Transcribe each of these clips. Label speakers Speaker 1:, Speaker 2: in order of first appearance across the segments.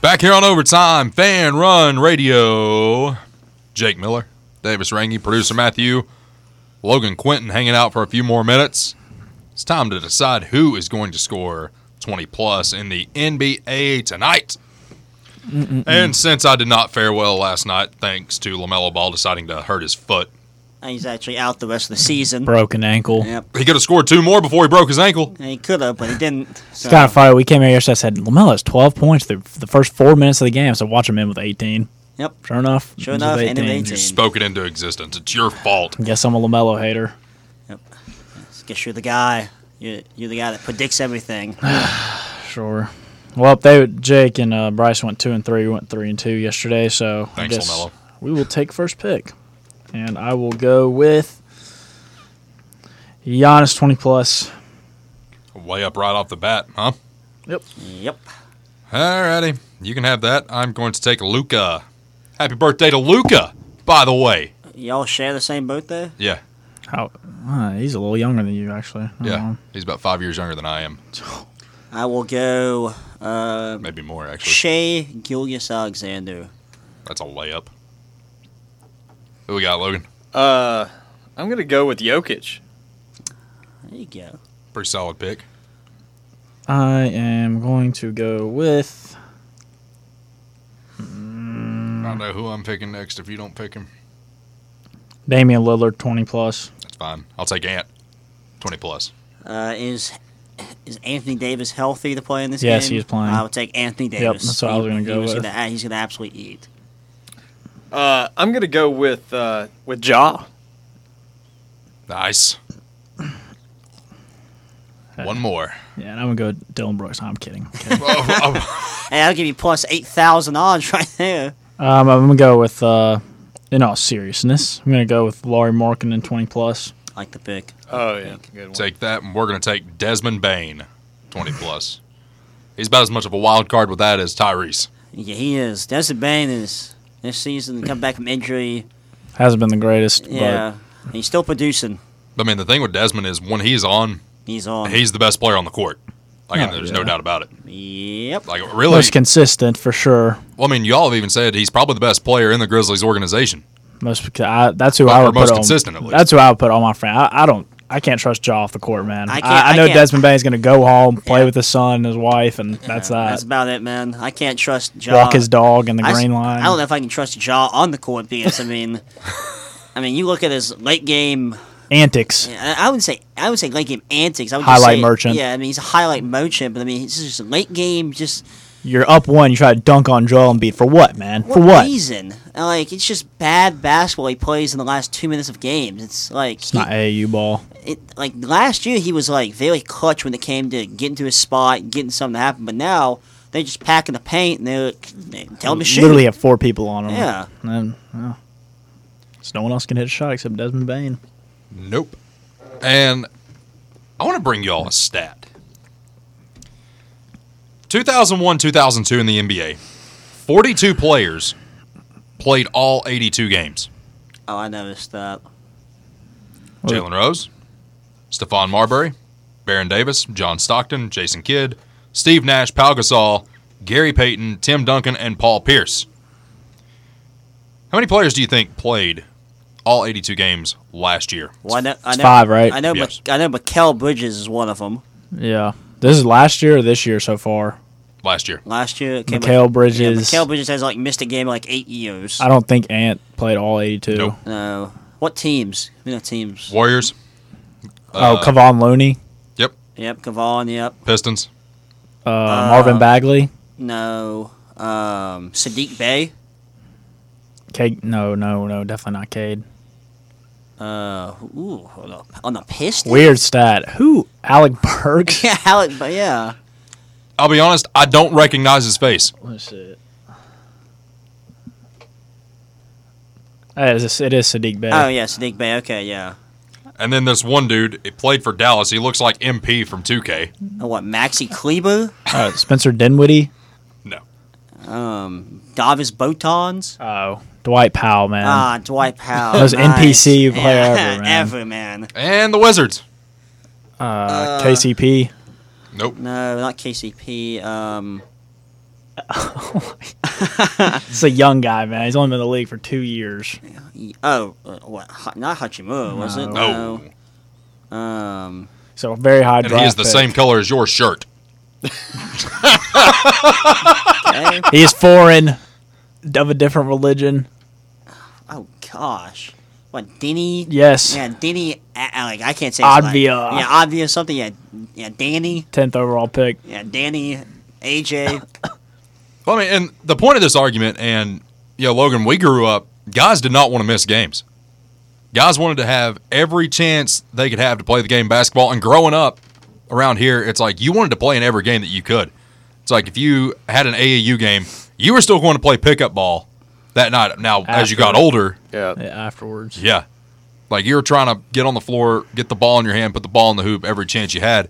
Speaker 1: Back here on Overtime Fan Run Radio. Jake Miller, Davis Rangy, producer Matthew, Logan Quinton hanging out for a few more minutes. It's time to decide who is going to score 20 plus in the NBA tonight. And since I did not fare well last night, thanks to LaMelo Ball deciding to hurt his foot,
Speaker 2: And he's actually out the rest of the season.
Speaker 3: Broken ankle.
Speaker 2: Yep.
Speaker 1: he could have scored two more before he broke his ankle.
Speaker 2: And he could have, but he didn't. So,
Speaker 3: It's kind of funny. We came here yesterday. I said Lamelo has 12 points through the first four minutes of the game. So watch him in with 18.
Speaker 2: Yep.
Speaker 3: Sure enough.
Speaker 2: Sure
Speaker 3: he's
Speaker 2: enough,
Speaker 3: with
Speaker 2: end of 18.
Speaker 1: Spoke it into existence. It's your fault.
Speaker 3: Guess I'm a Lamelo hater.
Speaker 2: Yep. Guess you're the guy. You're, you're the guy that predicts everything.
Speaker 3: Sure. Well, they Jake and uh, Bryce went two and three. We went three and two yesterday. So I
Speaker 1: Thanks,
Speaker 3: guess
Speaker 1: LaMelo.
Speaker 3: we will take first pick, and I will go with Giannis 20 plus.
Speaker 1: Way up right off the bat, huh?
Speaker 2: Yep.
Speaker 1: Alrighty, you can have that. I'm going to take Luca. Happy birthday to Luca, by the way.
Speaker 2: Y'all share the same birthday?
Speaker 1: Yeah,
Speaker 3: How? Uh, he's a little younger than you, actually.
Speaker 1: yeah. He's about five years younger than I am,
Speaker 2: I will go uh,
Speaker 1: maybe more actually.
Speaker 2: Shea Gilgis Alexander.
Speaker 1: That's a layup. Who we got, Logan?
Speaker 4: Uh, I'm gonna go with Jokic.
Speaker 2: There you go.
Speaker 1: Pretty solid pick.
Speaker 3: I am going to go with.
Speaker 1: I don't know who I'm picking next. If you don't pick him,
Speaker 3: Damian Lillard, 20 plus.
Speaker 1: that's fine. I'll take Ant. Twenty plus.
Speaker 2: Uh, is is Anthony Davis healthy to play in this game?
Speaker 3: Yes, he is playing.
Speaker 2: I would take Anthony Davis.
Speaker 3: that's what I was gonna
Speaker 2: He
Speaker 3: go
Speaker 2: was
Speaker 3: with.
Speaker 2: Gonna, he's going to absolutely eat.
Speaker 4: Uh, I'm gonna go with uh with Ja.
Speaker 1: Nice. One more.
Speaker 3: Yeah, and I'm going to go Dylan Brooks. No, I'm kidding.
Speaker 1: Oh, oh,
Speaker 2: Hey, I'll give you plus 8,000 odds right there.
Speaker 3: Um, I'm gonna go with, uh, in all seriousness, I'm gonna go with Laurie Markin and 20 plus.
Speaker 2: I like the pick.
Speaker 4: Oh yeah, good one.
Speaker 1: take that, and we're gonna take Desmond Bain. Twenty plus. He's about as much of a wild card with that as Tyrese.
Speaker 2: Yeah, he is. Desmond Bain is this season come back from injury.
Speaker 3: Hasn't been the greatest,
Speaker 2: Yeah, and he's still producing.
Speaker 1: I mean, the thing with Desmond is when he's on,
Speaker 2: He's on.
Speaker 1: he's the best player on the court. Like, and
Speaker 3: Oh,
Speaker 1: there's
Speaker 3: yeah.
Speaker 1: no doubt about it.
Speaker 2: yep.
Speaker 1: Like,
Speaker 3: but
Speaker 1: really,
Speaker 3: most consistent for sure.
Speaker 1: well, I mean, y'all have even said he's probably the best player in the Grizzlies organization.
Speaker 3: Most, I, that's who
Speaker 1: Well,
Speaker 3: I
Speaker 1: or
Speaker 3: would
Speaker 1: most
Speaker 3: put
Speaker 1: consistent, at
Speaker 3: on.
Speaker 1: least.
Speaker 3: That's who I would put on my friend. I, I don't. I can't trust Jaw off the court, man.
Speaker 2: I
Speaker 3: I,
Speaker 2: can't-
Speaker 3: I,
Speaker 2: I
Speaker 3: know
Speaker 2: can't.
Speaker 3: Desmond Bain's gonna go home, play
Speaker 2: Yeah.
Speaker 3: with his son and his wife, and that's
Speaker 2: Yeah,
Speaker 3: that.
Speaker 2: That's about it, man. I can't trust Ja.
Speaker 3: Walk his dog in the
Speaker 2: I, s-
Speaker 3: green line.
Speaker 2: I don't know if I can trust Jaw on the court because I mean, I mean, you look at his late game.
Speaker 3: Antics.
Speaker 2: I I would say I would say late game antics. I would just
Speaker 3: Highlight
Speaker 2: say-
Speaker 3: merchant.
Speaker 2: Yeah, I mean he's a highlight merchant, but I mean he's just late game. Just
Speaker 3: You're up one. You try to dunk on Joel Embiid for what, man?
Speaker 2: what
Speaker 3: for what?
Speaker 2: reason? Like it's just bad basketball he plays in the last two minutes of games. It's like
Speaker 3: It's not AAU ball.
Speaker 2: it, like last year he was like very clutch when it came to getting to his spot, getting something to happen. But now they're just packing the paint and they're, they tell him to shoot.
Speaker 3: Literally have four people on him.
Speaker 2: Yeah.
Speaker 3: And then, well, so no one else can hit a shot except Desmond Bain.
Speaker 1: Nope. And I want to bring y'all a stat 2001 2002 in the NBA, 42 players played all 82 games.
Speaker 2: oh, I noticed that.
Speaker 3: Well-
Speaker 1: Jalen Rose, Stephon Marbury, Baron Davis, John Stockton, Jason Kidd, Steve Nash, Pau Gasol, Gary Payton, Tim Duncan, and Paul Pierce. How many players do you think played all 82 games last year?
Speaker 2: Well, I know, I
Speaker 3: it's
Speaker 2: know,
Speaker 3: five, right?
Speaker 2: I know,
Speaker 1: Yes.
Speaker 2: Mik- I know. Mikel Bridges is one of them.
Speaker 3: Yeah. This is last year or this year so far.
Speaker 1: Last year.
Speaker 2: Last year, it came
Speaker 3: Mikal
Speaker 2: like-
Speaker 3: Bridges.
Speaker 2: Yeah, Mikal Bridges has like missed a game in, like eight years.
Speaker 3: I don't think Ant played all 82.
Speaker 1: Nope.
Speaker 2: No, what teams? You know teams.
Speaker 1: Warriors. Uh,
Speaker 3: Oh, Kavon Looney,
Speaker 1: Yep.
Speaker 2: Yep, Cavon. Yep.
Speaker 1: Pistons.
Speaker 3: uh, Marvin Bagley.
Speaker 2: No, um, Sadiq Bay.
Speaker 3: Cade. No, no, no. Definitely not Cade.
Speaker 2: Uh, ooh, hold up. on the Pistons.
Speaker 3: Weird stat. Who? Alec Burks?
Speaker 2: Yeah, Alec. But yeah,
Speaker 1: I'll be honest, I don't recognize his face.
Speaker 3: Let's see. It is, it is Sadiq Bey.
Speaker 2: Oh yeah, Sadiq Bay. Okay, yeah.
Speaker 1: And then this one dude, he played for Dallas. He looks like MP from 2K.
Speaker 2: Oh, what? Maxi Kleber,
Speaker 3: Uh, Spencer Dinwiddie.
Speaker 1: No.
Speaker 2: um, Davis Botons.
Speaker 3: Oh, Dwight Powell, man.
Speaker 2: Ah, Dwight Powell.
Speaker 3: Most
Speaker 2: nice.
Speaker 3: NPC
Speaker 2: Yeah,
Speaker 3: player ever, man.
Speaker 2: ever, man.
Speaker 1: And the Wizards.
Speaker 3: uh, KCP.
Speaker 1: Nope.
Speaker 2: No, not KCP. Um,
Speaker 3: It's a young guy, man. He's only been in the league for two years.
Speaker 2: Oh, uh, what? Hu- Not Hachimura, was it?
Speaker 1: No.
Speaker 2: No. Um,
Speaker 3: So very high
Speaker 1: And
Speaker 3: draft.
Speaker 1: he is the
Speaker 3: pick.
Speaker 1: same color as your shirt.
Speaker 2: okay.
Speaker 3: He is foreign, of a different religion.
Speaker 2: oh gosh, what Denny?
Speaker 3: Yes.
Speaker 2: Yeah, Denny. uh, uh, Like I can't say
Speaker 3: Advia.
Speaker 2: Like, yeah, obvious something. Yeah, yeah, Danny.
Speaker 3: Tenth overall pick.
Speaker 2: Yeah, Danny. AJ.
Speaker 1: Well, I mean, and the point of this argument, and you know, Logan, we grew up. Guys did not want to miss games. Guys wanted to have every chance they could have to play the game of basketball. And growing up around here, it's like you wanted to play in every game that you could. It's like if you had an AAU game, you were still going to play pickup ball that night. Now, as you got
Speaker 3: After.
Speaker 1: older,
Speaker 4: Yeah.
Speaker 3: Yeah, afterwards.
Speaker 1: yeah. Like you were trying to get on the floor, get the ball in your hand, put the ball in the hoop every chance you had.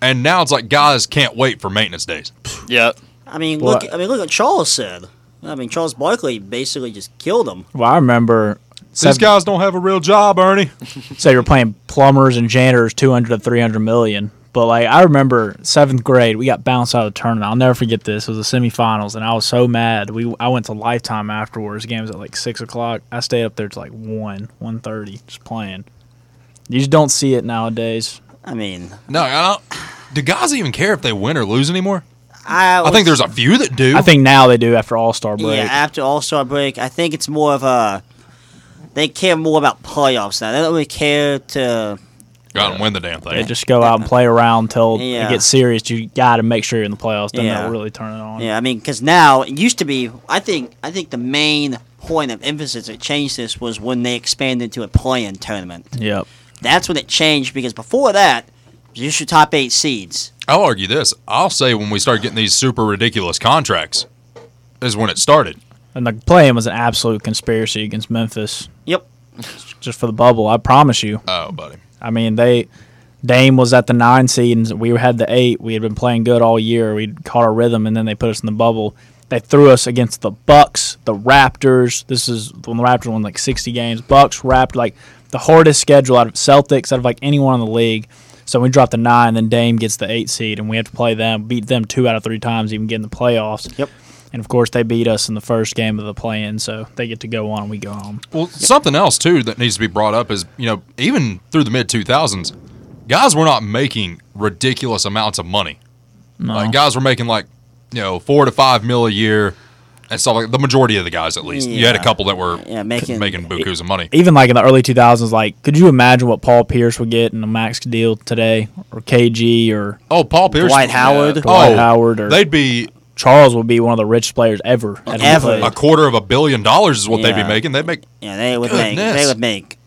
Speaker 1: And now it's like guys can't wait for maintenance days.
Speaker 4: Yeah.
Speaker 2: I mean,
Speaker 3: What?
Speaker 2: look. I mean, look what Charles said. I mean, Charles Barkley basically just killed him.
Speaker 3: Well, I remember.
Speaker 1: These
Speaker 3: Seven,
Speaker 1: guys don't have a real job, Ernie.
Speaker 3: so you're playing plumbers and janitors, two hundred to three hundred million. But like I remember seventh grade, we got bounced out of the tournament. I'll never forget this. It was the semifinals, and I was so mad. We I went to Lifetime afterwards. Game was at like six o'clock. I stayed up there to like one, one thirty, just playing. You just don't see it nowadays.
Speaker 2: I mean,
Speaker 1: No, I don't. Do guys even care if they win or lose anymore?
Speaker 2: I.
Speaker 1: I think
Speaker 2: was-
Speaker 1: there's a few that do.
Speaker 3: I think now they do after All Star break.
Speaker 2: Yeah, after All Star break, I think it's more of a. They care more about playoffs now. They don't really care to.
Speaker 1: Go out and win the damn
Speaker 3: They
Speaker 1: thing.
Speaker 3: just go out and play around till
Speaker 2: Yeah.
Speaker 3: it gets serious. You got to make sure you're in the playoffs. Then
Speaker 2: Yeah.
Speaker 3: they'll really turn it on.
Speaker 2: Yeah, I mean, because now it used to be. I think. I think the main point of emphasis that changed this was when they expanded to a play-in tournament.
Speaker 3: Yep.
Speaker 2: That's when it changed because before that, just your top eight seeds.
Speaker 1: I'll argue this. I'll say when we start getting these super ridiculous contracts is when it started.
Speaker 3: And the play-in was an absolute conspiracy against Memphis
Speaker 2: Yep.
Speaker 3: just for the bubble. I promise you.
Speaker 1: Oh, buddy.
Speaker 3: I mean, they Dame was at the nine seed, and we had the eight. We had been playing good all year. We caught our rhythm, and then they put us in the bubble. They threw us against the Bucks, the Raptors. This is when the Raptors won like sixty games. Bucks, Raptors, like the hardest schedule out of Celtics, out of like anyone in the league. So we dropped the nine, then Dame gets the eight seed, and we have to play them, beat them two out of three times, even get in the playoffs.
Speaker 2: Yep.
Speaker 3: And of course, they beat us in the first game of the play-in, so they get to go on, and we go home.
Speaker 1: Well, something else, too, that needs to be brought up is, you know, even through the mid 2000s, guys were not making ridiculous amounts of money. Like, guys were making like, you know, four to five mil a year and stuff like The majority of the guys, at least. You had a
Speaker 2: Yeah.
Speaker 1: couple that were
Speaker 2: Yeah, making-
Speaker 1: making bukus of money.
Speaker 3: even like in the early 2000s, like could you imagine what Paul Pierce would get in a max deal today, or KG, or
Speaker 1: Oh, Paul Pierce.
Speaker 2: Dwight Howard. Oh.
Speaker 3: Dwight Howard or-
Speaker 1: They'd be
Speaker 3: Charles would be one of the richest players ever. had he
Speaker 2: Ever.
Speaker 3: played.
Speaker 1: a quarter of a billion dollars is what they'd be
Speaker 2: Yeah.
Speaker 1: making. They'd make
Speaker 2: Yeah, they would make. They
Speaker 1: Goodness.
Speaker 2: would make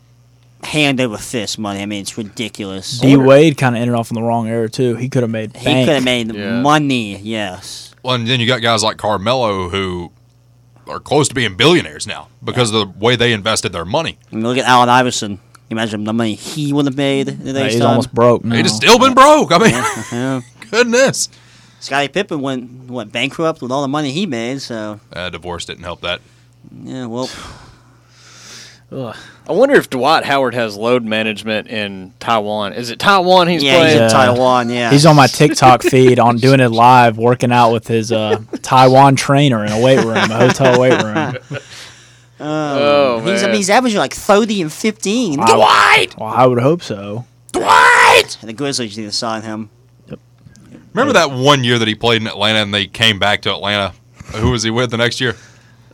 Speaker 2: hand over fist money. I mean, it's ridiculous.
Speaker 3: D Wade kind of ended off on the wrong era too. He could have made.
Speaker 2: he
Speaker 3: bank.
Speaker 2: could have made
Speaker 4: Yeah.
Speaker 2: money. Yes.
Speaker 1: well, and then you got guys like Carmelo who are close to being billionaires now because of the way they invested their money.
Speaker 2: I mean, look at Allen Iverson. Imagine the money he would have made. in
Speaker 3: Like,
Speaker 2: today's
Speaker 3: he's
Speaker 2: time.
Speaker 3: almost broke now.
Speaker 1: They'd have still been broke. I mean,
Speaker 2: Yeah. uh-huh.
Speaker 1: goodness.
Speaker 2: Scottie Pippen went went bankrupt with all the money he made. So
Speaker 1: Uh, divorce didn't help that.
Speaker 2: yeah, well,
Speaker 3: Ugh.
Speaker 4: I wonder if Dwight Howard has load management in Taiwan. Is it Taiwan he's
Speaker 2: yeah, he's
Speaker 4: playing?
Speaker 2: in
Speaker 1: uh,
Speaker 3: Yeah.
Speaker 2: Taiwan. Yeah,
Speaker 3: He's on my TikTok feed on doing it live, working out with his uh, Taiwan trainer in a weight room, a hotel weight room.
Speaker 4: Oh, man.
Speaker 2: He's, I mean, he's averaging like thirty and fifteen.
Speaker 1: Dwight!
Speaker 3: Well, I would hope so.
Speaker 1: Dwight!
Speaker 2: And the Grizzlies need to sign him.
Speaker 1: Remember that one year that he played in Atlanta and they came back to Atlanta? Who was he with the next year?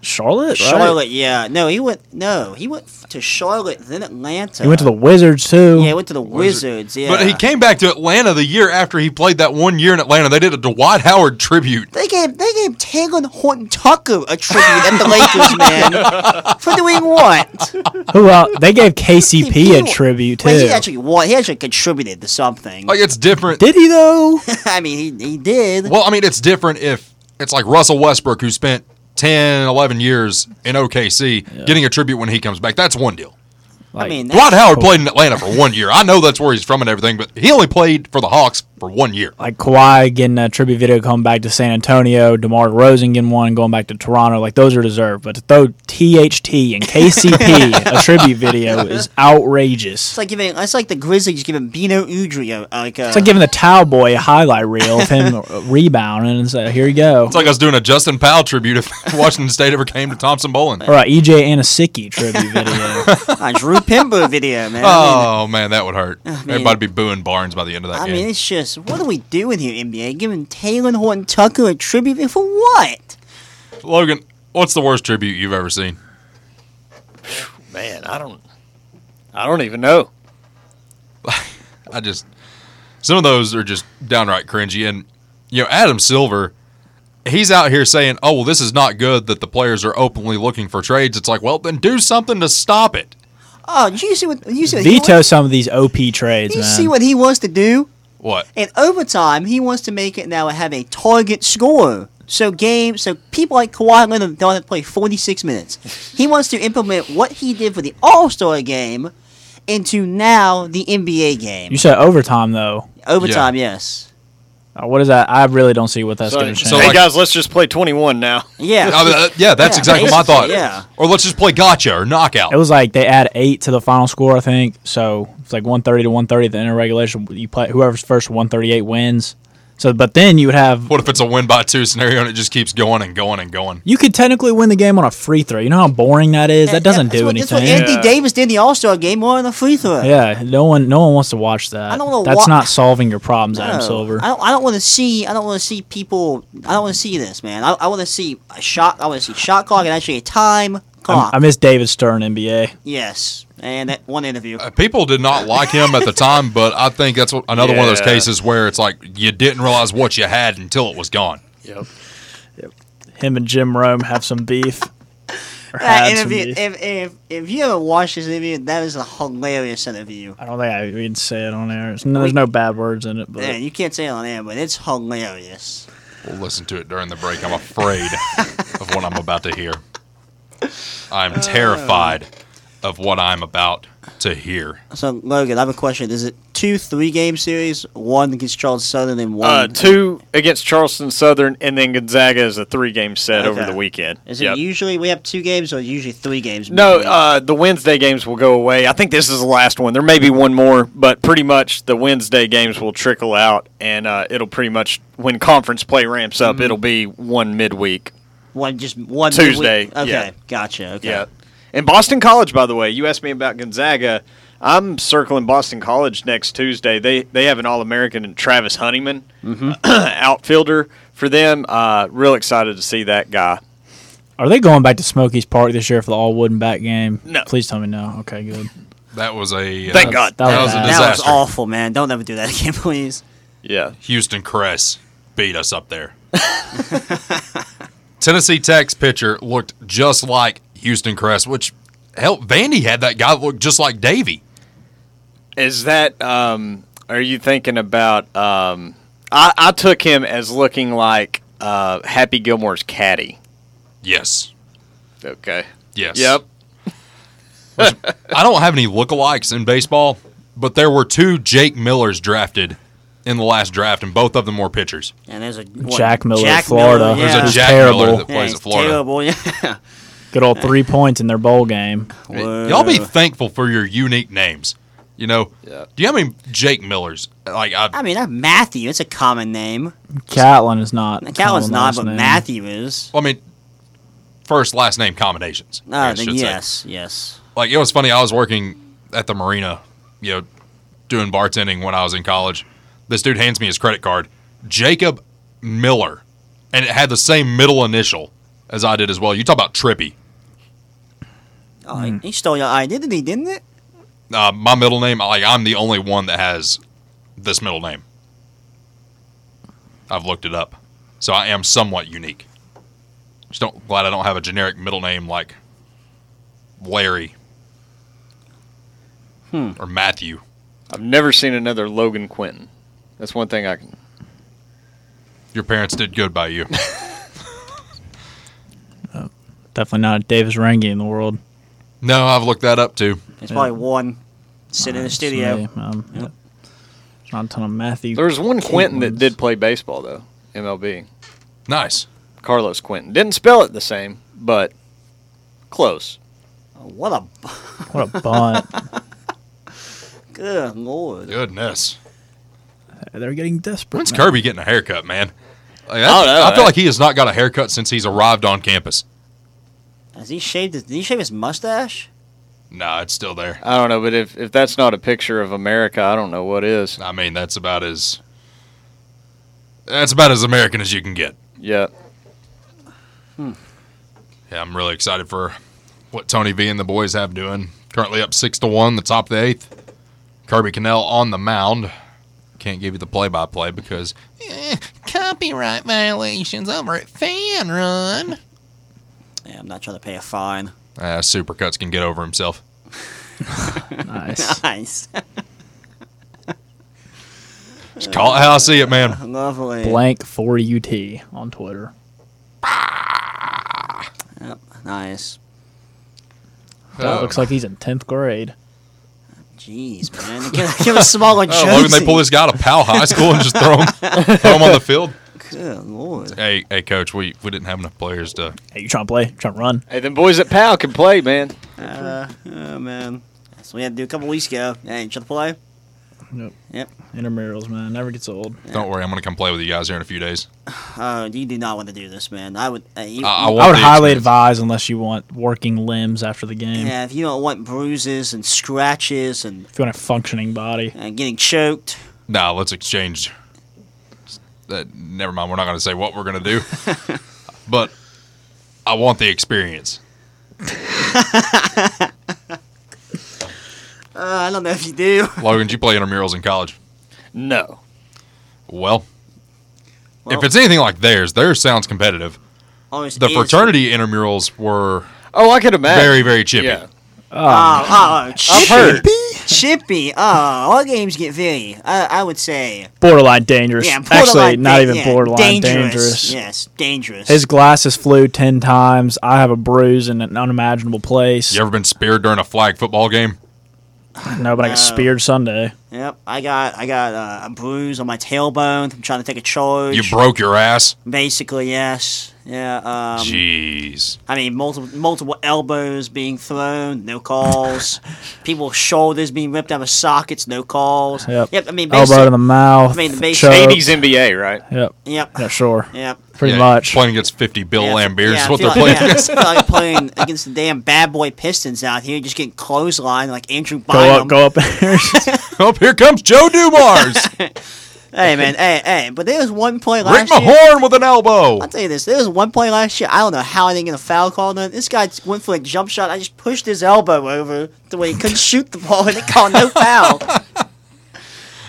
Speaker 3: Charlotte, right?
Speaker 2: Charlotte, yeah. No, he went. No, he went f- to Charlotte, then Atlanta.
Speaker 3: He went to the Wizards too.
Speaker 2: Yeah, he went to the Wizards. Yeah,
Speaker 1: But he came back to Atlanta the year after he played that one year in Atlanta. They did a Dwight Howard tribute.
Speaker 2: They gave they gave Taylor Horton Tucker a tribute at the Lakers, man, for doing what?
Speaker 3: Who else? They gave KCP a
Speaker 2: He-
Speaker 3: tribute
Speaker 2: Well, he
Speaker 3: too.
Speaker 2: actually wa- He actually contributed to something.
Speaker 1: Like, it's different.
Speaker 3: Did he though?
Speaker 2: I mean, he he did.
Speaker 1: Well, I mean, it's different if it's like Russell Westbrook, who spent 10, 11 years in OKC, getting a tribute when he comes back. That's one deal.
Speaker 2: I mean,
Speaker 1: Dwight
Speaker 2: that's-
Speaker 1: Howard played in Atlanta for one year. I know that's where he's from and everything, but he only played for the Hawks for one year.
Speaker 3: like Kawhi getting a tribute video coming back to San Antonio, DeMar DeRozan getting one going back to Toronto, like those are deserved. But to throw THT and KCP a tribute video is outrageous.
Speaker 2: It's like giving. It's like the Grizzlies giving Bino Udry a like. A,
Speaker 3: It's like giving the towel boy a highlight reel of him rebounding and say, "Here you go,"
Speaker 1: It's like us doing a Justin Powell tribute if Washington State ever came to Thompson Bowling.
Speaker 3: or a EJ E Anasicki tribute video.
Speaker 2: a Drew Pimbo video, man.
Speaker 1: Oh man, that would hurt. Everybody'd be booing Barnes by the end of that
Speaker 2: I
Speaker 1: game.
Speaker 2: mean, it's just what are we doing here, NBA? Giving Taylor Horton Tucker a tribute video for what?
Speaker 1: Logan, what's the worst tribute you've ever seen?
Speaker 4: Man, I don't. I don't even know.
Speaker 1: I just some of those are just downright cringy. And you know, Adam Silver, he's out here saying, "Oh, well, this is not good that the players are openly looking for trades." It's like, well, then do something to stop it.
Speaker 2: Oh, did you see what did you see? What he
Speaker 3: Veto
Speaker 2: wants,
Speaker 3: some of these OP trades,
Speaker 2: did you
Speaker 3: man.
Speaker 2: see what he wants to do?
Speaker 1: What?
Speaker 2: In overtime, he wants to make it now have a target scorer. So game, so people like Kawhi Leonard don't have to play 46 minutes. He wants to implement what he did for the All Star game into now the NBA game.
Speaker 3: you said overtime though.
Speaker 2: Overtime, yes. Uh,
Speaker 3: Uh, What is that? I really don't see what that's
Speaker 4: So,
Speaker 3: going to change.
Speaker 4: hey
Speaker 1: like-
Speaker 4: guys, let's just play 21 now.
Speaker 2: Yeah.
Speaker 1: I mean, uh, yeah, that's
Speaker 2: Yeah,
Speaker 1: exactly my
Speaker 2: basically,
Speaker 1: thought.
Speaker 2: yeah.
Speaker 1: Or let's just play gotcha or knockout.
Speaker 3: It was like they add eight to the final score, I think. So it's like one thirty to one thirty. The inner regulation, you play whoever's first one thirty eight wins. So, but then you would have
Speaker 1: what if it's a win by two scenario and it just keeps going and going and going?
Speaker 3: you could technically win the game on a free throw. You know how boring that is. That doesn't
Speaker 2: That's
Speaker 3: do
Speaker 2: what- That's what
Speaker 3: anything.
Speaker 2: Anthony
Speaker 4: Yeah.
Speaker 2: Davis did in the All Star game more on the free throw.
Speaker 3: Yeah, no one, no one wants to watch that.
Speaker 2: I don't know
Speaker 3: That's
Speaker 2: why-
Speaker 3: not solving your problems, Adam
Speaker 2: No,
Speaker 3: Silver.
Speaker 2: I don't, I don't want to see. I don't want to see people. I don't want to see this, man. I, I want to see a shot. I want to see shot clock and actually a time
Speaker 3: I,
Speaker 2: clock.
Speaker 3: I miss David Stern NBA.
Speaker 2: yes, and that one interview.
Speaker 1: Uh, People did not like him at the time, but I think that's what, another one of those
Speaker 4: Yeah.
Speaker 1: cases where it's like you didn't realize what you had until it was gone.
Speaker 4: Yep.
Speaker 3: Him and Jim Rome have some beef. Or
Speaker 2: that
Speaker 3: had some
Speaker 2: interview.
Speaker 3: beef.
Speaker 2: If, if if you ever watched this interview, that was a hilarious interview.
Speaker 3: I don't think I even say it on air. It's- no, there's no bad words in it, but
Speaker 2: Man, you can't say it on air, but it's hilarious.
Speaker 1: We'll listen to it during the break. I'm afraid of what I'm about to hear. I'm terrified of what I'm about to hear.
Speaker 2: So Logan, I have a question. Is it two three game series? One against Charles Southern and one.
Speaker 4: Uh, two against Charleston Southern, and then Gonzaga is a three-game set over
Speaker 2: Okay.
Speaker 4: the weekend.
Speaker 2: Is it
Speaker 4: Yep.
Speaker 2: usually we have two games or usually three games?
Speaker 4: No,
Speaker 2: midweek?
Speaker 4: uh, the Wednesday games will go away. I think this is the last one. There may be one more, but pretty much the Wednesday games will trickle out, and uh, it'll pretty much when conference play ramps up, it'll be one midweek.
Speaker 2: one just one
Speaker 4: Tuesday,
Speaker 2: midweek? Okay,
Speaker 4: yeah.
Speaker 2: gotcha. Okay.
Speaker 4: Yeah. And Boston College, by the way, you asked me about Gonzaga. I'm circling Boston College next Tuesday. They they have an All American and Travis Honeyman outfielder for them. Uh, real excited to see that guy.
Speaker 3: are they going back to Smokies Park this year for the all wooden back game?
Speaker 4: No.
Speaker 3: Please tell me no. Okay, good.
Speaker 1: That was a uh,
Speaker 4: Thank God.
Speaker 3: That was
Speaker 1: That was a
Speaker 3: bad.
Speaker 2: That was
Speaker 1: Disaster.
Speaker 2: awful, man. Don't ever do that again, please.
Speaker 4: Yeah.
Speaker 1: Houston Cress beat us up there. Tennessee Tech's pitcher looked just like Houston Cress, which hell, Vandy had that guy that looked just like Davey.
Speaker 4: Is that? Um, are you thinking about? Um, I, I took him as looking like uh, Happy Gilmore's caddy.
Speaker 1: Yes.
Speaker 4: Okay.
Speaker 1: Yes.
Speaker 4: Yep.
Speaker 1: I don't have any lookalikes in baseball, but there were two Jake Millers drafted in the last draft, and both of them were pitchers.
Speaker 2: And there's a what,
Speaker 3: Jack Miller,
Speaker 2: yeah.
Speaker 3: Florida.
Speaker 1: There's a
Speaker 3: Who's
Speaker 1: Jack
Speaker 3: terrible.
Speaker 1: Miller that
Speaker 2: Yeah,
Speaker 1: plays
Speaker 2: it's
Speaker 1: at Florida.
Speaker 2: Terrible, yeah.
Speaker 3: Good old three points in their bowl game.
Speaker 1: Y'all be thankful for your unique names. You know, do you have any Jake Millers? Like I,
Speaker 2: I mean, that Matthew. It's a common name.
Speaker 3: Catlin is not.
Speaker 2: Calvin's
Speaker 3: Colin's
Speaker 2: not,
Speaker 3: last
Speaker 2: but
Speaker 3: name.
Speaker 2: Matthew is.
Speaker 1: I mean, first last name combinations.
Speaker 2: No,
Speaker 1: I
Speaker 2: Ah, then
Speaker 1: should say.
Speaker 2: yes, yes.
Speaker 1: Like it was funny. I was working at the marina, you know, doing bartending when I was in college. This dude hands me his credit card, Jacob Miller, and it had the same middle initial as I did as well. You talk about trippy.
Speaker 2: Oh, he-
Speaker 1: Hmm.
Speaker 2: he stole your identity, didn't it?
Speaker 1: Uh, my middle name, like I'm the only one that has this middle name. I've looked it up, so I am somewhat unique. Just don't glad I don't have a generic middle name like Larry
Speaker 4: Hmm.
Speaker 1: or Matthew.
Speaker 4: I've never seen another Logan Quinton. That's one thing I can.
Speaker 1: Your parents did good by you.
Speaker 3: Definitely not a Davis Rangi in the world.
Speaker 1: no, I've looked that up too.
Speaker 2: It's probably one sitting in the
Speaker 3: It's
Speaker 2: studio.
Speaker 3: me, um, yeah. Not a ton of Matthew.
Speaker 4: There was one
Speaker 3: Kate
Speaker 4: Quentin that
Speaker 3: ones.
Speaker 4: did play baseball though. MLB.
Speaker 1: Nice.
Speaker 4: Carlos Quentin didn't spell it the same, but close.
Speaker 2: Oh, What a b-
Speaker 3: What a bunt.
Speaker 2: good lord.
Speaker 1: Goodness.
Speaker 3: They're getting desperate.
Speaker 1: When's
Speaker 3: now.
Speaker 1: Kirby getting a haircut, man? Like,
Speaker 4: I don't know,
Speaker 1: I feel
Speaker 4: eh?
Speaker 1: like he has not got a haircut since he's arrived on campus.
Speaker 2: Has he shaved? His, did he shave his mustache?
Speaker 1: Nah, it's still there.
Speaker 4: I don't know, but if, if that's not a picture of America, I don't know what is.
Speaker 1: I mean, that's about as that's about as American as you can get.
Speaker 4: Yeah.
Speaker 1: Yeah, I'm really excited for what Tony V and the boys have doing. Currently up six to one, the top of the eighth. Kirby Cannell on the mound. Can't give you the play-by-play because eh, copyright violations over at Fan Run.
Speaker 2: Yeah, I'm not trying to pay a fine.
Speaker 1: Ah, Supercuts can get over himself.
Speaker 3: Nice.
Speaker 2: Nice,
Speaker 1: Just call it how I see it, man.
Speaker 2: lovely.
Speaker 3: Blank for UT on Twitter.
Speaker 2: Yep, nice.
Speaker 1: Oh.
Speaker 3: That looks like he's in tenth grade.
Speaker 2: Jeez, man, give, give a smaller
Speaker 1: Oh,
Speaker 2: jersey.
Speaker 1: Logan, they pull this guy out of Powell High School and just throw him, throw him on the field.
Speaker 2: Good lord.
Speaker 1: Hey, hey, coach, we, we didn't have enough players to.
Speaker 3: Hey, you trying to play? Trying to run?
Speaker 4: Hey, them boys at PAL can play, man.
Speaker 2: Uh, oh man, that's what we had to do a couple weeks ago. Hey, you trying to play?
Speaker 3: Nope.
Speaker 2: Yep.
Speaker 3: Intramurals, man, never gets old.
Speaker 1: Don't worry, I'm going to come play with you guys here in a few days.
Speaker 2: Oh, you do not want to do this, man. I would. Uh, you,
Speaker 1: I, I,
Speaker 2: you-
Speaker 1: want
Speaker 3: I would
Speaker 1: the
Speaker 3: highly
Speaker 1: experience.
Speaker 3: advise unless you want working limbs after the game.
Speaker 2: yeah, if you don't want bruises and scratches and,
Speaker 3: If you want a functioning body,
Speaker 2: and getting choked,
Speaker 1: Nah, let's exchange. That, never mind, we're not going to say what we're going to do. but I want the experience.
Speaker 2: uh, I don't know if you do.
Speaker 1: Logan, did you play intramurals in college?
Speaker 4: No.
Speaker 1: Well,
Speaker 2: Well- oh,
Speaker 1: if it's anything like theirs, theirs sounds competitive.
Speaker 2: Always
Speaker 1: The
Speaker 2: is-
Speaker 1: fraternity intramurals were
Speaker 4: Oh, I could imagine.
Speaker 1: very, very chippy.
Speaker 4: Yeah.
Speaker 2: Oh, oh,
Speaker 4: I've
Speaker 2: chippy.
Speaker 4: heard.
Speaker 2: Chippy. Oh, all games get very. I, I would say.
Speaker 3: borderline dangerous.
Speaker 2: Yeah,
Speaker 3: Actually,
Speaker 2: borderline
Speaker 3: not
Speaker 2: da-
Speaker 3: even
Speaker 2: yeah,
Speaker 3: borderline dangerous.
Speaker 2: Yes, dangerous.
Speaker 3: His glasses flew ten times. I have a bruise in an unimaginable place.
Speaker 1: You ever been speared during a flag football game?
Speaker 3: No, but I got
Speaker 2: Oh.
Speaker 3: speared Sunday.
Speaker 2: yep, I got I got uh, a bruise on my tailbone. from trying to take a charge.
Speaker 1: You broke your ass?
Speaker 2: Basically, yes. Yeah. Um,
Speaker 1: Jeez.
Speaker 2: I mean, multiple multiple elbows being thrown, no calls. People's shoulders being ripped out of sockets, no calls.
Speaker 3: Yep.
Speaker 2: I mean,
Speaker 3: Elbow to
Speaker 2: basically,
Speaker 3: the mouth.
Speaker 2: I mean, the base-
Speaker 3: choke.
Speaker 4: 80s NBA, right?
Speaker 3: Yep.
Speaker 2: yep,
Speaker 3: Yeah, sure.
Speaker 2: yep.
Speaker 3: Pretty
Speaker 1: Yeah,
Speaker 3: much.
Speaker 1: Playing against 50 Bill
Speaker 2: Yeah, I feel-
Speaker 1: Lambiers
Speaker 2: yeah,
Speaker 1: is
Speaker 2: I
Speaker 1: what
Speaker 2: feel
Speaker 1: they're playing
Speaker 2: like, yeah, I
Speaker 1: against.
Speaker 2: feel like playing against the damn bad boy Pistons out here, just getting clotheslined like Andrew
Speaker 3: Go
Speaker 2: Bynum.
Speaker 3: up, go up there.
Speaker 1: Up Oh, here comes Joe Dumars.
Speaker 2: Hey man, hey, hey! But there was one play
Speaker 1: Rick
Speaker 2: last year.
Speaker 1: Mahorn with an elbow.
Speaker 2: I'll tell you this: there was one play last year. I don't know how I didn't get a foul call. None. This guy went for a jump shot. I just pushed his elbow over the way he couldn't shoot the ball, and it called no foul.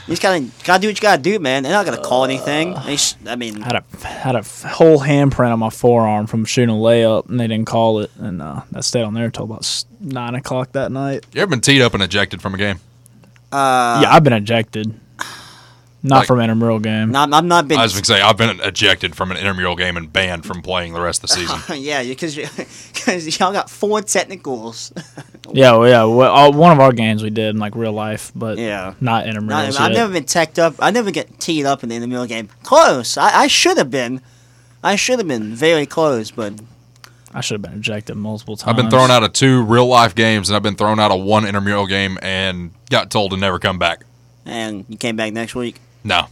Speaker 2: You just gotta gotta do what you gotta do, man. They're not gonna call anything. They sh- I mean,
Speaker 3: had a had a whole handprint on my forearm from shooting a layup, and they didn't call it, and uh, that stayed on there until about s- nine o'clock that night.
Speaker 1: You ever been teed up and ejected from a game?
Speaker 3: yeah, I've been ejected, not
Speaker 1: Like-
Speaker 3: from intramural game.
Speaker 2: not, I'm not been.
Speaker 1: I was going to say, I've been ejected from an intramural game and banned from playing the rest of the season.
Speaker 2: yeah, because because y'all got four technicals.
Speaker 3: yeah, well, yeah. Well, all, one of our games we did in like real life, but
Speaker 2: Yeah.
Speaker 3: not
Speaker 2: No,
Speaker 3: intramural.
Speaker 2: I've never been teched up. I never get teed up in the middle game. Close. I, I should have been. I should have been very close, but
Speaker 3: I should have been ejected multiple times.
Speaker 1: I've been thrown out of two real life games and I've been thrown out of one intramural game and got told to never come back.
Speaker 2: and you came back next week.
Speaker 1: No.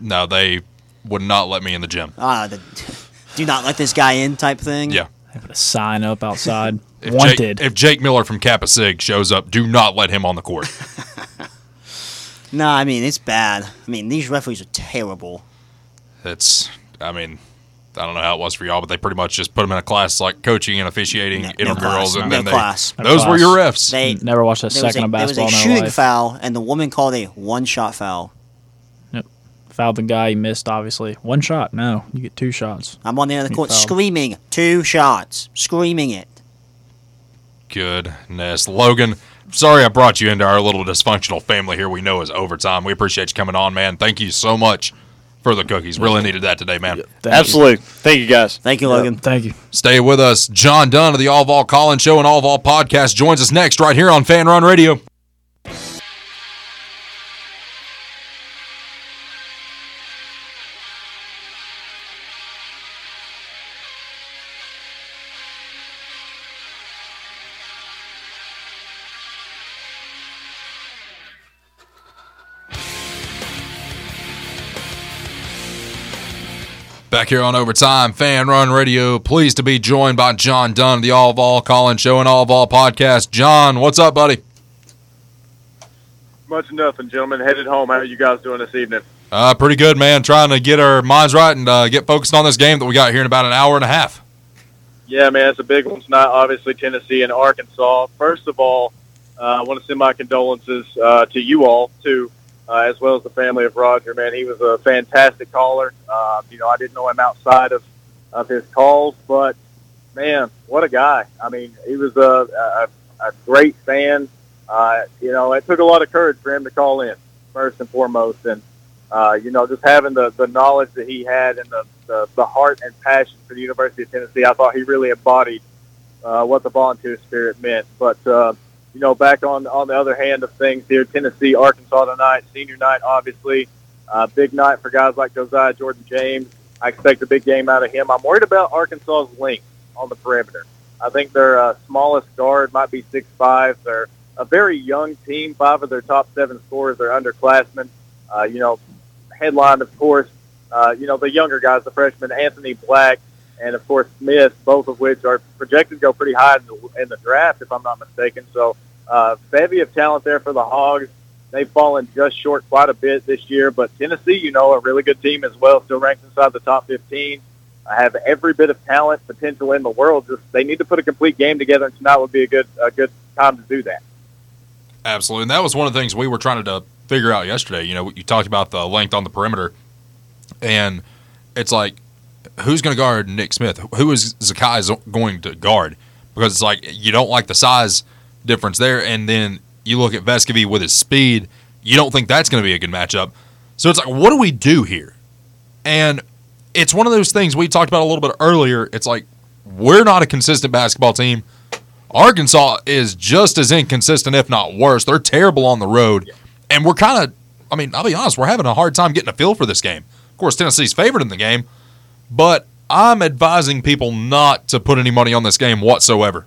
Speaker 1: No, they would not let me in the gym.
Speaker 2: Ah, the do not let this guy in type thing.
Speaker 1: Yeah.
Speaker 3: They put a sign up outside.
Speaker 1: If
Speaker 3: Wanted.
Speaker 1: Jake, if Jake Miller from Kappa Sig shows up, do not let him on the court.
Speaker 2: No, I mean it's bad. I mean these referees are terrible.
Speaker 1: It's, I mean, I don't know how it was for y'all, but they pretty much just put them in a class like coaching and officiating
Speaker 2: No- no
Speaker 1: intramurals,
Speaker 2: class,
Speaker 1: and
Speaker 2: no
Speaker 1: then they,
Speaker 2: class. No
Speaker 1: those were
Speaker 3: class.
Speaker 1: your refs.
Speaker 2: They
Speaker 3: Never watched a
Speaker 2: there was
Speaker 3: second
Speaker 2: a,
Speaker 3: of
Speaker 2: there was a
Speaker 3: basketball in my
Speaker 2: shooting
Speaker 3: life.
Speaker 2: foul, and the woman called a one-shot foul.
Speaker 3: Yep. Fouled the guy. He missed. Obviously, one shot. No, you get two shots.
Speaker 2: I'm on the end of the
Speaker 3: You
Speaker 2: court
Speaker 3: fouled.
Speaker 2: screaming two shots, screaming it.
Speaker 1: Goodness, Logan. Sorry I brought you into our little dysfunctional family here. We know is overtime. We appreciate you coming on, man. Thank you so much for the cookies. Really needed that today, man.
Speaker 3: Thank you.
Speaker 4: Absolutely. Thank you, guys.
Speaker 2: Thank you, Logan.
Speaker 3: Thank you.
Speaker 1: Stay with us. John Dunn of the All of All Collin Show and All of All Podcast joins us next right here on Fan Run Radio. Back here on Overtime Fan Run Radio, pleased to be joined by John Dunn, of the All of All Colin Show and All of All podcast. John, what's up, buddy?
Speaker 5: Much nothing, gentlemen. Headed home. How are you guys doing this evening?
Speaker 1: Uh, pretty good, man. Trying to get our minds right and uh, get focused on this game that we got here in about an hour and a half.
Speaker 5: Yeah, man, it's a big one tonight. Obviously, Tennessee and Arkansas. First of all, uh, I want to send my condolences uh, to you all too, uh, as well as the family of Roger. Man, he was a fantastic caller. Uh, you know, I didn't know him outside of of his calls, but man, what a guy! I mean, he was a a, a great fan. Uh, you know, it took a lot of courage for him to call in first and foremost, and uh, you know, just having the, the knowledge that he had and the, the, the heart and passion for the University of Tennessee, I thought he really embodied uh, what the volunteer spirit meant. But, uh, you know, back on, on the other hand of things here, Tennessee, Arkansas tonight, senior night, obviously. Uh, big night for guys like Josiah Jordan James. I expect a big game out of him. I'm worried about Arkansas's length on the perimeter. I think their uh, smallest guard might be 6'5". They're a very young team. Five of their top seven scorers are underclassmen. Uh, you know, headlined, of course, uh, you know, the younger guys, the freshmen, Anthony Black and, of course, Smith, both of which are projected to go pretty high in the, in the draft, if I'm not mistaken. So, uh, bevy of talent there for the Hogs. They've fallen just short quite a bit this year, but Tennessee, you know, a really good team as well, still ranked inside the top 15. I have every bit of talent potential in the world. Just they need to put a complete game together, and tonight would be a good a good time to do that.
Speaker 1: Absolutely. And that was one of the things we were trying to figure out yesterday. You know, you talked about the length on the perimeter, and it's like, who's going to guard Nick Smith? Who is Zakai zo- going to guard? Because it's like you don't like the size difference there, and then you look at Vescovy with his speed. You don't think that's going to be a good matchup. So it's like, what do we do here? And it's one of those things we talked about a little bit earlier. It's like we're not a consistent basketball team. Arkansas is just as inconsistent, if not worse. They're terrible on the road and we're kind of I mean, I'll be honest, we're having a hard time getting a feel for this game. Of course, Tennessee's favored in the game, but I'm advising people not to put any money on this game whatsoever.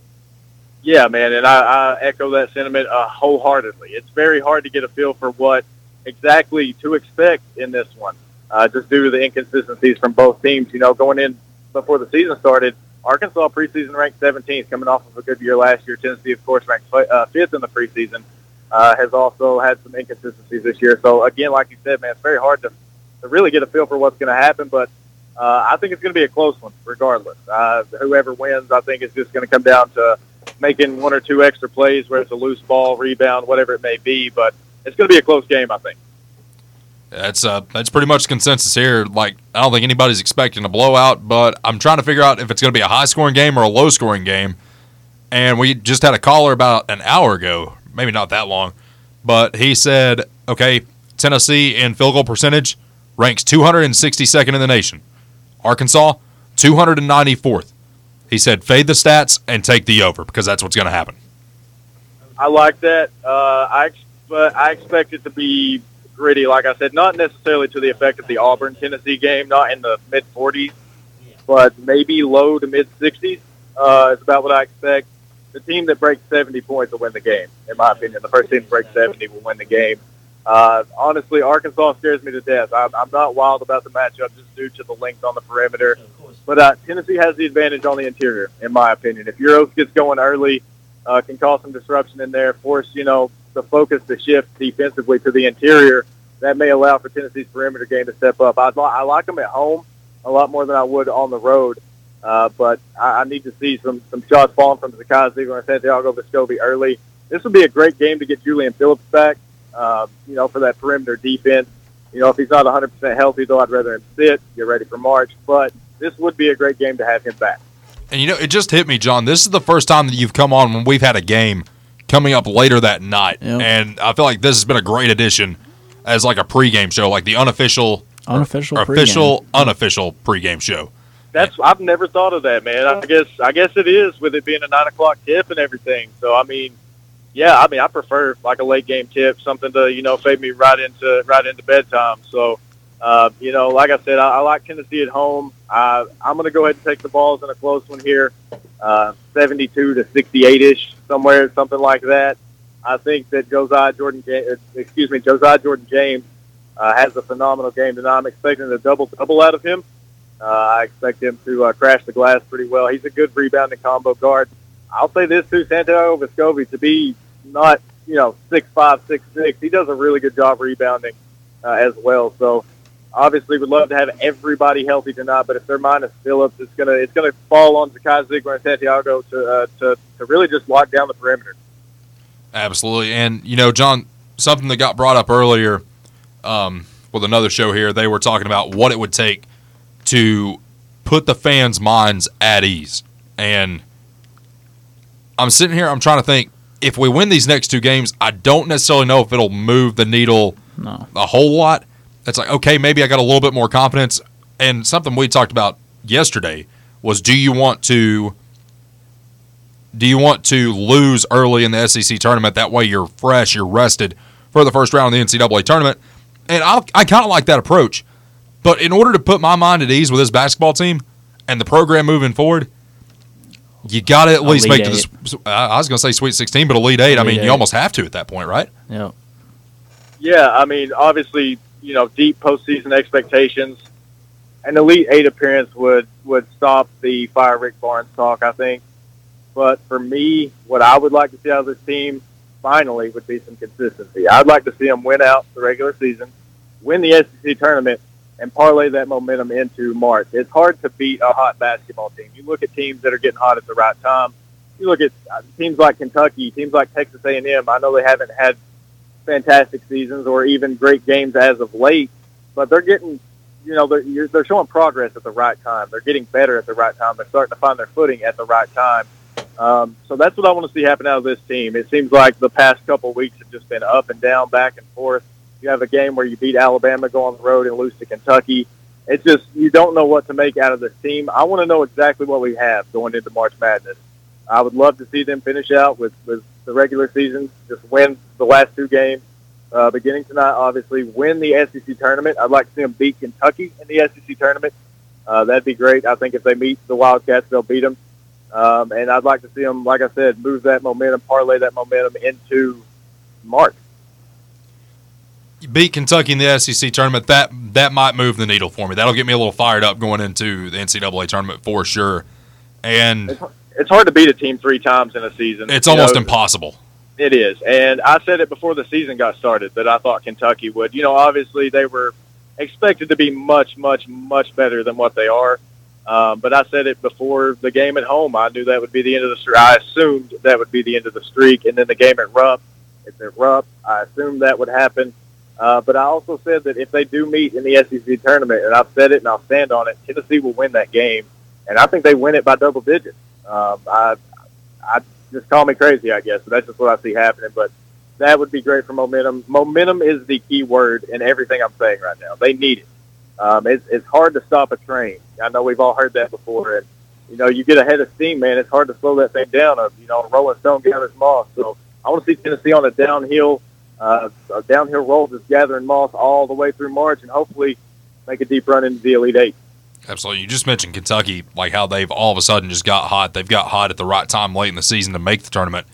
Speaker 5: Yeah, man, and I, I echo that sentiment uh, wholeheartedly. It's very hard to get a feel for what exactly to expect in this one, uh, just due to the inconsistencies from both teams. You know, going in before the season started, Arkansas preseason ranked 17th, coming off of a good year last year. Tennessee, of course, ranked uh, fifth in the preseason uh, has also had some inconsistencies this year. So again, like you said, man, it's very hard to, to really get a feel for what's going to happen. But uh, I think it's going to be a close one, regardless. Uh, whoever wins, I think it's just going to come down to making one or two extra plays, where it's a loose ball, rebound, whatever it may be. But it's going to be a close game, I think.
Speaker 1: That's uh, that's pretty much consensus here. Like, I don't think anybody's expecting a blowout, but I'm trying to figure out if it's going to be a high scoring game or a low scoring game. And we just had a caller about an hour ago maybe not that long, but he said, okay, Tennessee in field goal percentage ranks 262nd in the nation. Arkansas, 294th. He said, fade the stats and take the over because that's what's going to happen.
Speaker 5: I like that. Uh, I ex- but I expect it to be gritty. Like I said, not necessarily to the effect of the Auburn Tennessee game, not in the mid 40s, but maybe low to mid 60s uh, is about what I expect the team that breaks 70 points will win the game, in my opinion. The first team that breaks 70 will win the game. Uh, honestly, Arkansas scares me to death. I'm, I'm not wild about the matchup just due to the length on the perimeter. But uh, Tennessee has the advantage on the interior, in my opinion. If your Euros gets going early, uh, can cause some disruption in there, force, you know, the focus to shift defensively to the interior. That may allow for Tennessee's perimeter game to step up. I, I like them at home a lot more than I would on the road. Uh, but I, I need to see some some shots falling from Zakai Ziegler and Santiago Vescovi early. This would be a great game to get Julian Phillips back, uh, you know, for that perimeter defense. You know, if he's not 100% healthy, though, I'd rather him sit, get ready for March. But this would be a great game to have him back.
Speaker 1: And you know, it just hit me, John. This is the first time that you've come on when we've had a game coming up later that night,
Speaker 3: Yeah.
Speaker 1: and I feel like this has been a great addition as like a pregame show, like the unofficial,
Speaker 3: Unofficial
Speaker 1: or
Speaker 3: pregame.
Speaker 1: official, unofficial pregame show.
Speaker 5: That's I've never thought of that, man. I guess I guess it is with it being a nine o'clock tip and everything. So I mean, yeah, I mean I prefer like a late game tip, something to you know fade me right into right into bedtime. So uh, you know, like I said, I, I like Tennessee at home. I, I'm going to go ahead and take the balls in a close one here, uh, 72 to 68 ish, somewhere something like that. I think that Josiah Jordan, Ja- uh, excuse me, Josiah Jordan James uh, has a phenomenal game tonight. I'm expecting a double double out of him. Uh, I expect him to uh, crash the glass pretty well. He's a good rebounding combo guard. I'll say this too, Santiago Vescovi, to be not you know six five six six, he does a really good job rebounding uh, as well. So obviously, would love to have everybody healthy tonight. But if they're minus Phillips, it's gonna it's gonna fall on Zakai Ziegler and Santiago to uh, to to really just lock down the perimeter.
Speaker 1: Absolutely. And, you know, John, something that got brought up earlier um, with another show here, they were talking about what it would take to put the fans' minds at ease. And I'm sitting here, I'm trying to think if we win these next two games, I don't necessarily know if it'll move the needle
Speaker 3: No.
Speaker 1: a whole lot. It's like, okay, maybe I got a little bit more confidence. And something we talked about yesterday was do you want to do you want to lose early in the SEC tournament? That way you're fresh, you're rested for the first round of the NCAA tournament. And I'll, I kind of like that approach. But in order to put my mind at ease with this basketball team and the program moving forward, you got to at least
Speaker 3: Elite
Speaker 1: make it to the. I I was going to say Sweet 16, but Elite Eight. I mean,
Speaker 3: Elite
Speaker 1: you
Speaker 3: Eight.
Speaker 1: almost have to at that point, right?
Speaker 3: Yeah.
Speaker 5: Yeah, I mean, obviously, you know, deep postseason expectations. An Elite Eight appearance would would stop the fire Rick Barnes talk, I think. But for me, what I would like to see out of this team finally would be some consistency. I'd like to see them win out the regular season, win the SEC tournament, and parlay that momentum into March. It's hard to beat a hot basketball team. You look at teams that are getting hot at the right time. You look at uh, teams like Kentucky, teams like Texas A&M. I know they haven't had fantastic seasons or even great games as of late, but they're getting, you know, they're, you're, they're showing progress at the right time. They're getting better at the right time. They're starting to find their footing at the right time. Um, so that's what I want to see happen out of this team. It seems like the past couple weeks have just been up and down, back and forth. You have a game where you beat Alabama, go on the road and lose to Kentucky. It's just you don't know what to make out of this team. I want to know exactly what we have going into March Madness. I would love to see them finish out with, with the regular season, just win the last two games, uh, beginning tonight, obviously, win the SEC tournament. I'd like to see them beat Kentucky in the SEC tournament. Uh, that'd be great. I think if they meet the Wildcats, they'll beat them. Um, and I'd like to see them, like I said, move that momentum, parlay that momentum into March.
Speaker 1: You beat Kentucky in the SEC tournament, that that might move the needle for me. That'll get me a little fired up going into the NCAA tournament for sure. And
Speaker 5: It's hard to beat a team three times in a season.
Speaker 1: it's
Speaker 5: You
Speaker 1: almost
Speaker 5: know,
Speaker 1: impossible.
Speaker 5: It is, and I said it before the season got started that I thought Kentucky would. You know, obviously they were expected to be much, much, much better than what they are. Um, but I said it before the game at home. I knew that would be the end of the streak. I assumed that would be the end of the streak, and then the game at Rupp, it's at Rupp. I assumed that would happen. Uh, but I also said that if they do meet in the SEC tournament, and I've said it and I'll stand on it, Tennessee will win that game, and I think they win it by double digits. Um, I just call me crazy, I guess, but that's just what I see happening. But that would be great for momentum. Momentum is the key word in everything I'm saying right now. They need it. Um, it's, it's hard to stop a train. I know we've all heard that before, and you know you get ahead of steam, man. It's hard to slow that thing down. Of you know, Rolling Stone gathers moss. So I want to see Tennessee on a downhill, uh, a downhill roll, just gathering moss all the way through March, and hopefully make a deep run into the Elite Eight.
Speaker 1: Absolutely. You just mentioned Kentucky, like how they've all of a sudden just got hot. They've got hot at the right time late in the season to make the tournament.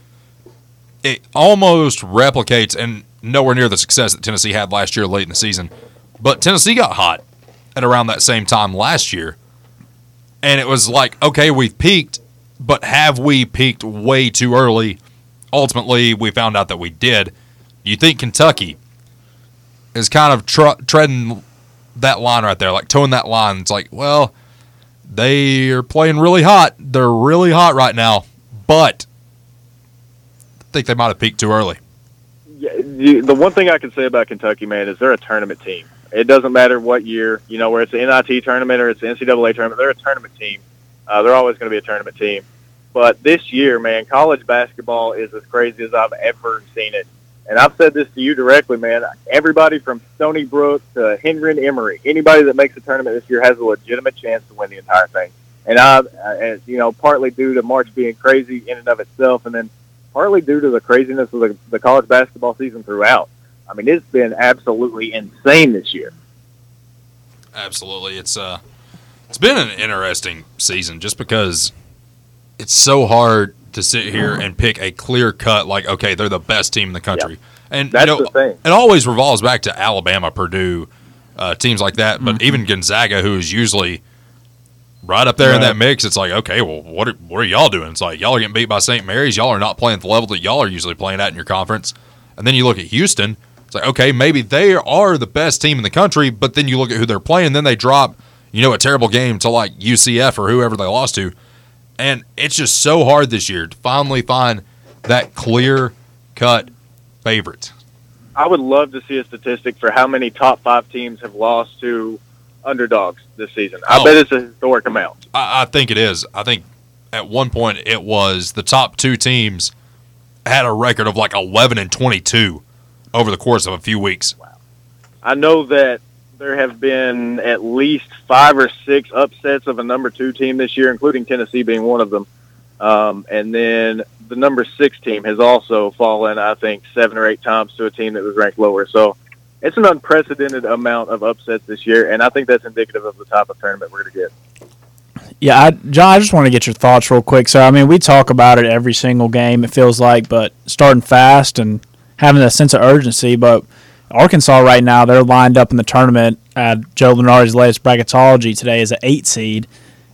Speaker 1: It almost replicates and nowhere near the success that Tennessee had last year late in the season. But Tennessee got hot at around that same time last year. And it was like, okay, we've peaked, but have we peaked way too early? Ultimately, we found out that we did. You think Kentucky is kind of tr- treading that line right there, like towing that line. It's like, well, they are playing really hot. They're really hot right now, but I think they might have peaked too early.
Speaker 5: Yeah, the the one thing I can say about Kentucky, man, is they're a tournament team. It doesn't matter what year, you know, where it's an NIT tournament or it's an NCAA tournament, they're a tournament team. Uh, they're always going to be a tournament team. But this year, man, college basketball is as crazy as I've ever seen it. And I've said this to you directly, man. Everybody from Stony Brook to Henry and Emory, anybody that makes the tournament this year has a legitimate chance to win the entire thing. And I, uh, you know, partly due to March being crazy in and of itself, and then partly due to the craziness of the, the college basketball season throughout. I mean, it's been absolutely insane this year.
Speaker 1: Absolutely, it's uh, it's been an interesting season just because it's so hard to sit here and pick a clear cut. Like, okay, they're the best team in the country, and
Speaker 5: That's
Speaker 1: you know,
Speaker 5: the thing.
Speaker 1: it always revolves back to Alabama, Purdue, uh, teams like that. But even Gonzaga, who is usually right up there in
Speaker 3: Right.
Speaker 1: that mix, it's like, okay, well, what are, what are y'all doing? It's like y'all are getting beat by St. Mary's. Y'all are not playing at the level that y'all are usually playing at in your conference. And then you look at Houston. It's like, okay, maybe they are the best team in the country, but then you look at who they're playing. Then they drop, you know, a terrible game to like UCF or whoever they lost to. And it's just so hard this year to finally find that clear cut favorite.
Speaker 5: I would love to see a statistic for how many top five teams have lost to underdogs this season.
Speaker 1: Oh.
Speaker 5: I bet it's a historic amount.
Speaker 1: I, I think it is. I think at one point it was the top two teams had a record of like 11 and 22 over the course of a few weeks.
Speaker 5: I know that there have been at least five or six upsets of a number two team this year, including Tennessee being one of them. Um, and then the number six team has also fallen, I think, seven or eight times to a team that was ranked lower. So it's an unprecedented amount of upsets this year, and I think that's indicative of the type of tournament we're going to get.
Speaker 3: Yeah, I, John, I just want to get your thoughts real quick. So, I mean, we talk about it every single game, it feels like, but starting fast and having that sense of urgency. But Arkansas right now, they're lined up in the tournament. Uh, Joe Lenardi's latest bracketology today is an eight seed.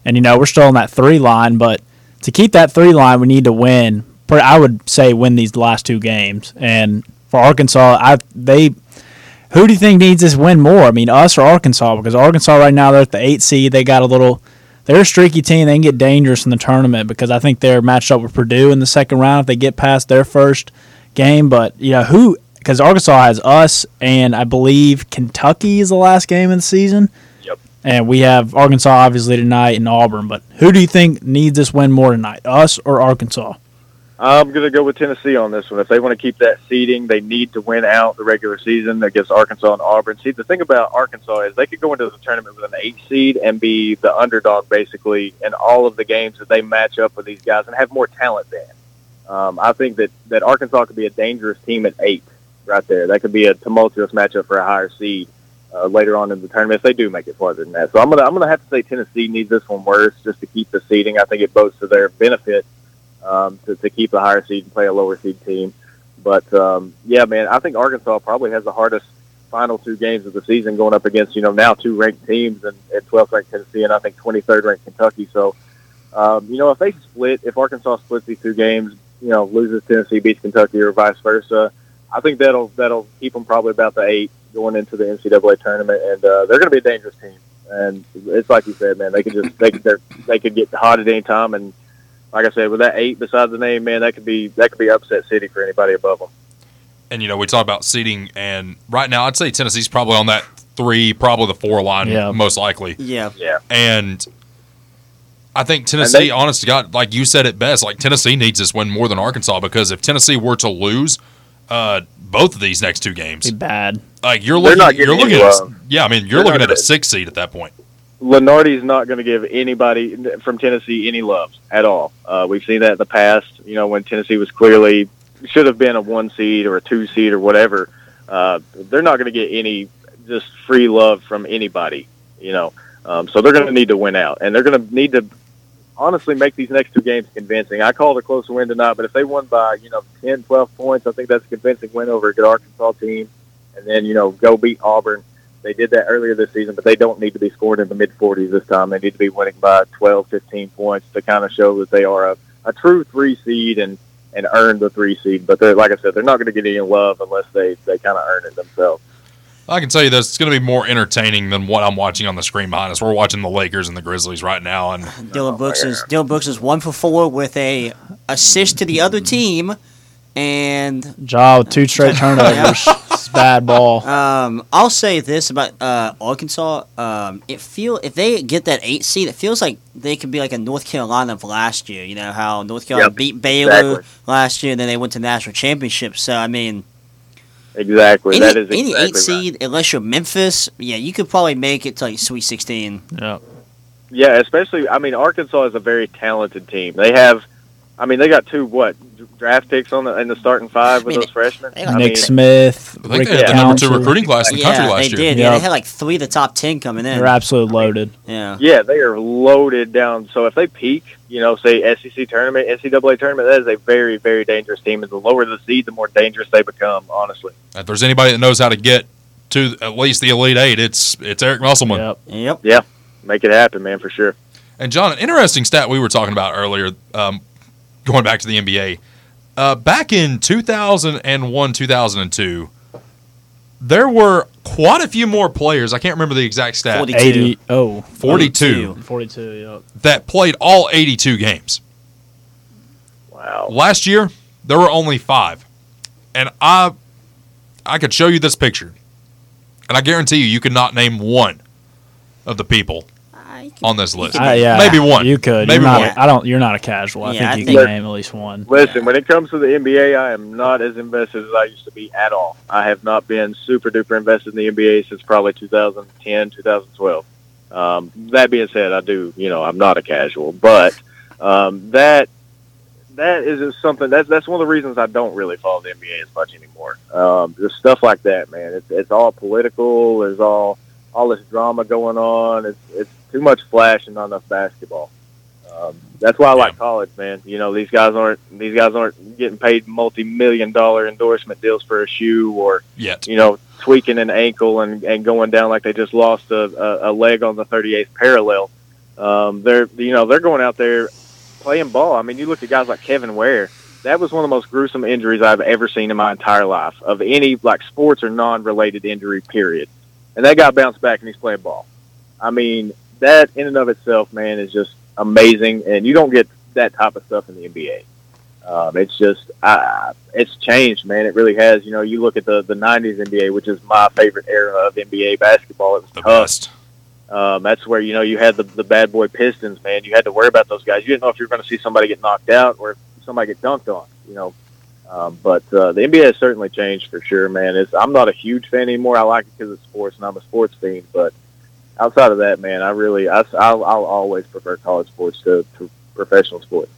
Speaker 3: And, you know, we're still on that three line, but to keep that three line, we need to win. Pr- I would say win these last two games. And for Arkansas, I they who do you think needs this win more? I mean, us or Arkansas? Because Arkansas right now they're at the eight seed. They got a little. They're a streaky team. They can get dangerous in the tournament because I think they're matched up with Purdue in the second round if they get past their first game. But you know who? Because Arkansas has us, and I believe Kentucky is the last game of the season.
Speaker 5: Yep.
Speaker 3: And we have Arkansas obviously tonight and Auburn. But who do you think needs this win more tonight, us or Arkansas?
Speaker 5: I'm going to go with Tennessee on this one. If they want to keep that seeding, they need to win out the regular season against Arkansas and Auburn. See, the thing about Arkansas is they could go into the tournament with an eight seed and be the underdog basically in all of the games that they match up with these guys and have more talent than. Um, I think that, that Arkansas could be a dangerous team at eight right there. That could be a tumultuous matchup for a higher seed uh, later on in the tournament if they do make it farther than that. So I'm going to I'm going to have to say Tennessee needs this one worse just to keep the seeding. I think it bodes to their benefit um, to, to keep the higher seed and play a lower seed team. But um, yeah, man, I think Arkansas probably has the hardest final two games of the season going up against you know now two ranked teams and, and 12th ranked Tennessee and I think 23rd ranked Kentucky. So um, you know if they split, if Arkansas splits these two games, you know loses Tennessee beats Kentucky or vice versa, I think that'll that'll keep them probably about the eight going into the NCAA tournament, and uh, they're going to be a dangerous team. And it's like you said, man, they could just they could they're- they could get hot at any time and like I said, with that eight beside the name, man, that could be that could be upset city for anybody above them.
Speaker 1: And, you know, we talk about seeding, and right now I'd say Tennessee's probably on that three, probably the four line,
Speaker 3: Yeah.
Speaker 1: most likely.
Speaker 2: Yeah.
Speaker 1: And I think Tennessee,
Speaker 5: they-
Speaker 1: honest to God, like you said it best, like Tennessee needs this win more than Arkansas because if Tennessee were to lose uh, both of these next two games,
Speaker 3: Be bad.
Speaker 1: like you're
Speaker 5: They're
Speaker 1: looking,
Speaker 5: not
Speaker 1: you're
Speaker 5: getting
Speaker 1: looking
Speaker 5: any
Speaker 1: at,
Speaker 5: love.
Speaker 1: yeah, I mean, you're
Speaker 5: They're
Speaker 1: looking
Speaker 5: not
Speaker 1: at a
Speaker 5: getting-
Speaker 1: six seed at that point.
Speaker 5: Lenardi's not going to give anybody from Tennessee any love at all. Uh, we've seen that in the past. You know, when Tennessee was clearly should have been a one seed or a two seed or whatever. Uh, they're not going to get any just free love from anybody. You know, um, so they're going to need to win out, and they're going to need to honestly make these next two games convincing. I called a close win tonight, but if they won by you know 10, 12 points, I think that's a convincing win over a good Arkansas team, and then you know go beat Auburn. They did that earlier this season, but they don't need to be scored in the mid 40s this time. They need to be winning by 12, 15 points to kind of show that they are a, a true three seed and and earn the three seed. But they're, like I said, they're not going to get any love unless they they kind of earn it themselves.
Speaker 1: I can tell you this: it's going to be more entertaining than what I'm watching on the screen behind us. We're watching the Lakers and the Grizzlies right now, and
Speaker 2: Dylan Brooks is Dylan Brooks is one for four with a assist to the other team, and
Speaker 3: Jaw with two straight turnovers. it's bad ball.
Speaker 2: Um, I'll say this about uh, Arkansas. Um, it feel if they get that eight seed, it feels like they could be like a North Carolina of last year. You know how North Carolina
Speaker 5: Yep,
Speaker 2: beat Baylor
Speaker 5: exactly.
Speaker 2: last year, and then they went to national championship. So I mean,
Speaker 5: Exactly.
Speaker 2: any,
Speaker 5: that is
Speaker 2: any
Speaker 5: exactly
Speaker 2: eight
Speaker 5: right.
Speaker 2: seed, unless you're Memphis, yeah, you could probably make it to like Sweet Sixteen.
Speaker 3: Yeah.
Speaker 5: Yeah, especially I mean Arkansas is a very talented team. They have, I mean they got two what draft picks on the in the starting five with
Speaker 2: I mean,
Speaker 5: those freshmen.
Speaker 2: they
Speaker 5: I
Speaker 2: got
Speaker 3: Nick
Speaker 5: mean,
Speaker 3: Smith,
Speaker 1: I think
Speaker 3: Rick
Speaker 1: they had the number two
Speaker 3: Townsend.
Speaker 1: recruiting class in the
Speaker 2: yeah,
Speaker 1: country last
Speaker 2: they
Speaker 1: year.
Speaker 2: did. Yeah,
Speaker 3: Yeah.
Speaker 2: they had like three of the top ten coming in.
Speaker 3: They're absolutely loaded.
Speaker 2: Yeah,
Speaker 5: yeah, they are loaded down. So if they peak, you know, say SEC tournament, NCAA tournament, that is a very very dangerous team. And the lower the seed, the more dangerous they become. Honestly,
Speaker 1: If there's anybody that knows how to get to at least the Elite Eight, it's it's Eric Musselman.
Speaker 3: Yep.
Speaker 2: yep.
Speaker 5: yeah, make it happen, man, for sure.
Speaker 1: And John, an interesting stat we were talking about earlier, um, going back to the NBA. Uh, back in 2001, 2002, there were quite a few more players. I can't remember the exact stat.
Speaker 2: 42.
Speaker 3: 80. Oh,
Speaker 1: 42
Speaker 3: 42. Yep.
Speaker 1: that played all 82 games.
Speaker 5: Wow.
Speaker 1: Last year, there were only five, and I, I could show you this picture, and I guarantee you, you could not name one of the people
Speaker 2: I can-
Speaker 1: on this list.
Speaker 2: I-
Speaker 3: yeah.
Speaker 1: Maybe one.
Speaker 3: You could.
Speaker 1: Maybe
Speaker 3: you're not,
Speaker 1: one.
Speaker 3: I don't. You're not a casual. I
Speaker 2: Yeah,
Speaker 3: think
Speaker 2: I
Speaker 3: you
Speaker 5: think-
Speaker 3: can name at least one.
Speaker 5: Listen, when it comes to the NBA, I am not as invested as I used to be at all. I have not been super duper invested in the NBA since probably 2010, 2012. Um, that being said, I do, you know, I'm not a casual, but um, that that is just something that's that's one of the reasons I don't really follow the NBA as much anymore. Um, just stuff like that, man. It's it's all political. There's all all this drama going on. It's it's too much flash and not enough basketball. Um, that's why I like college, man. You know, these guys aren't these guys aren't getting paid multi million dollar endorsement deals for a shoe or
Speaker 1: Yet,
Speaker 5: you know tweaking an ankle and, and going down like they just lost a, a, a leg on the 38th parallel. Um, they're you know they're going out there playing ball. I mean, you look at guys like Kevin Ware. That was one of the most gruesome injuries I've ever seen in my entire life of any like sports or non-related injury period. And that guy bounced back and he's playing ball. I mean, that in and of itself, man, is just amazing. And you don't get that type of stuff in the NBA. Um, it's just, I, it's changed, man. It really has. You know, you look at the the '90s NBA, which is my favorite era of NBA basketball. It was
Speaker 1: the
Speaker 5: tough.
Speaker 1: best.
Speaker 5: Um, that's where you know you had the the bad boy Pistons, man. You had to worry about those guys. You didn't know if you were going to see somebody get knocked out or if somebody get dunked on, you know. Um, but uh, the NBA has certainly changed for sure, man. It's, I'm not a huge fan anymore. I like it because it's sports and I'm a sports fan. But outside of that, man, I really I, I'll, I'll always prefer college sports to, to professional sports.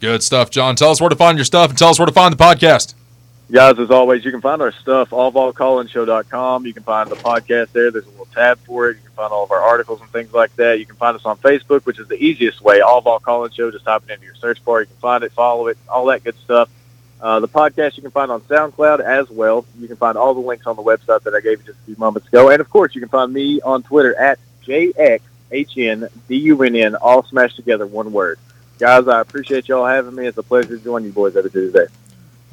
Speaker 1: Good stuff, John. Tell us where to find your stuff and tell us where to find the podcast.
Speaker 5: Guys, as always, you can find our stuff, allvolcollinshow.com. You can find the podcast there. There's a little tab for it. You can find all of our articles and things like that. You can find us on Facebook, which is the easiest way, All Vol Collins Show. Just type it into your search bar. You can find it, follow it, all that good stuff. Uh, the podcast you can find on SoundCloud as well. You can find all the links on the website that I gave you just a few moments ago. And, of course, you can find me on Twitter at JXHNDUNN, all smashed together, one word. Guys, I appreciate y'all having me. It's a pleasure to join you boys every Tuesday.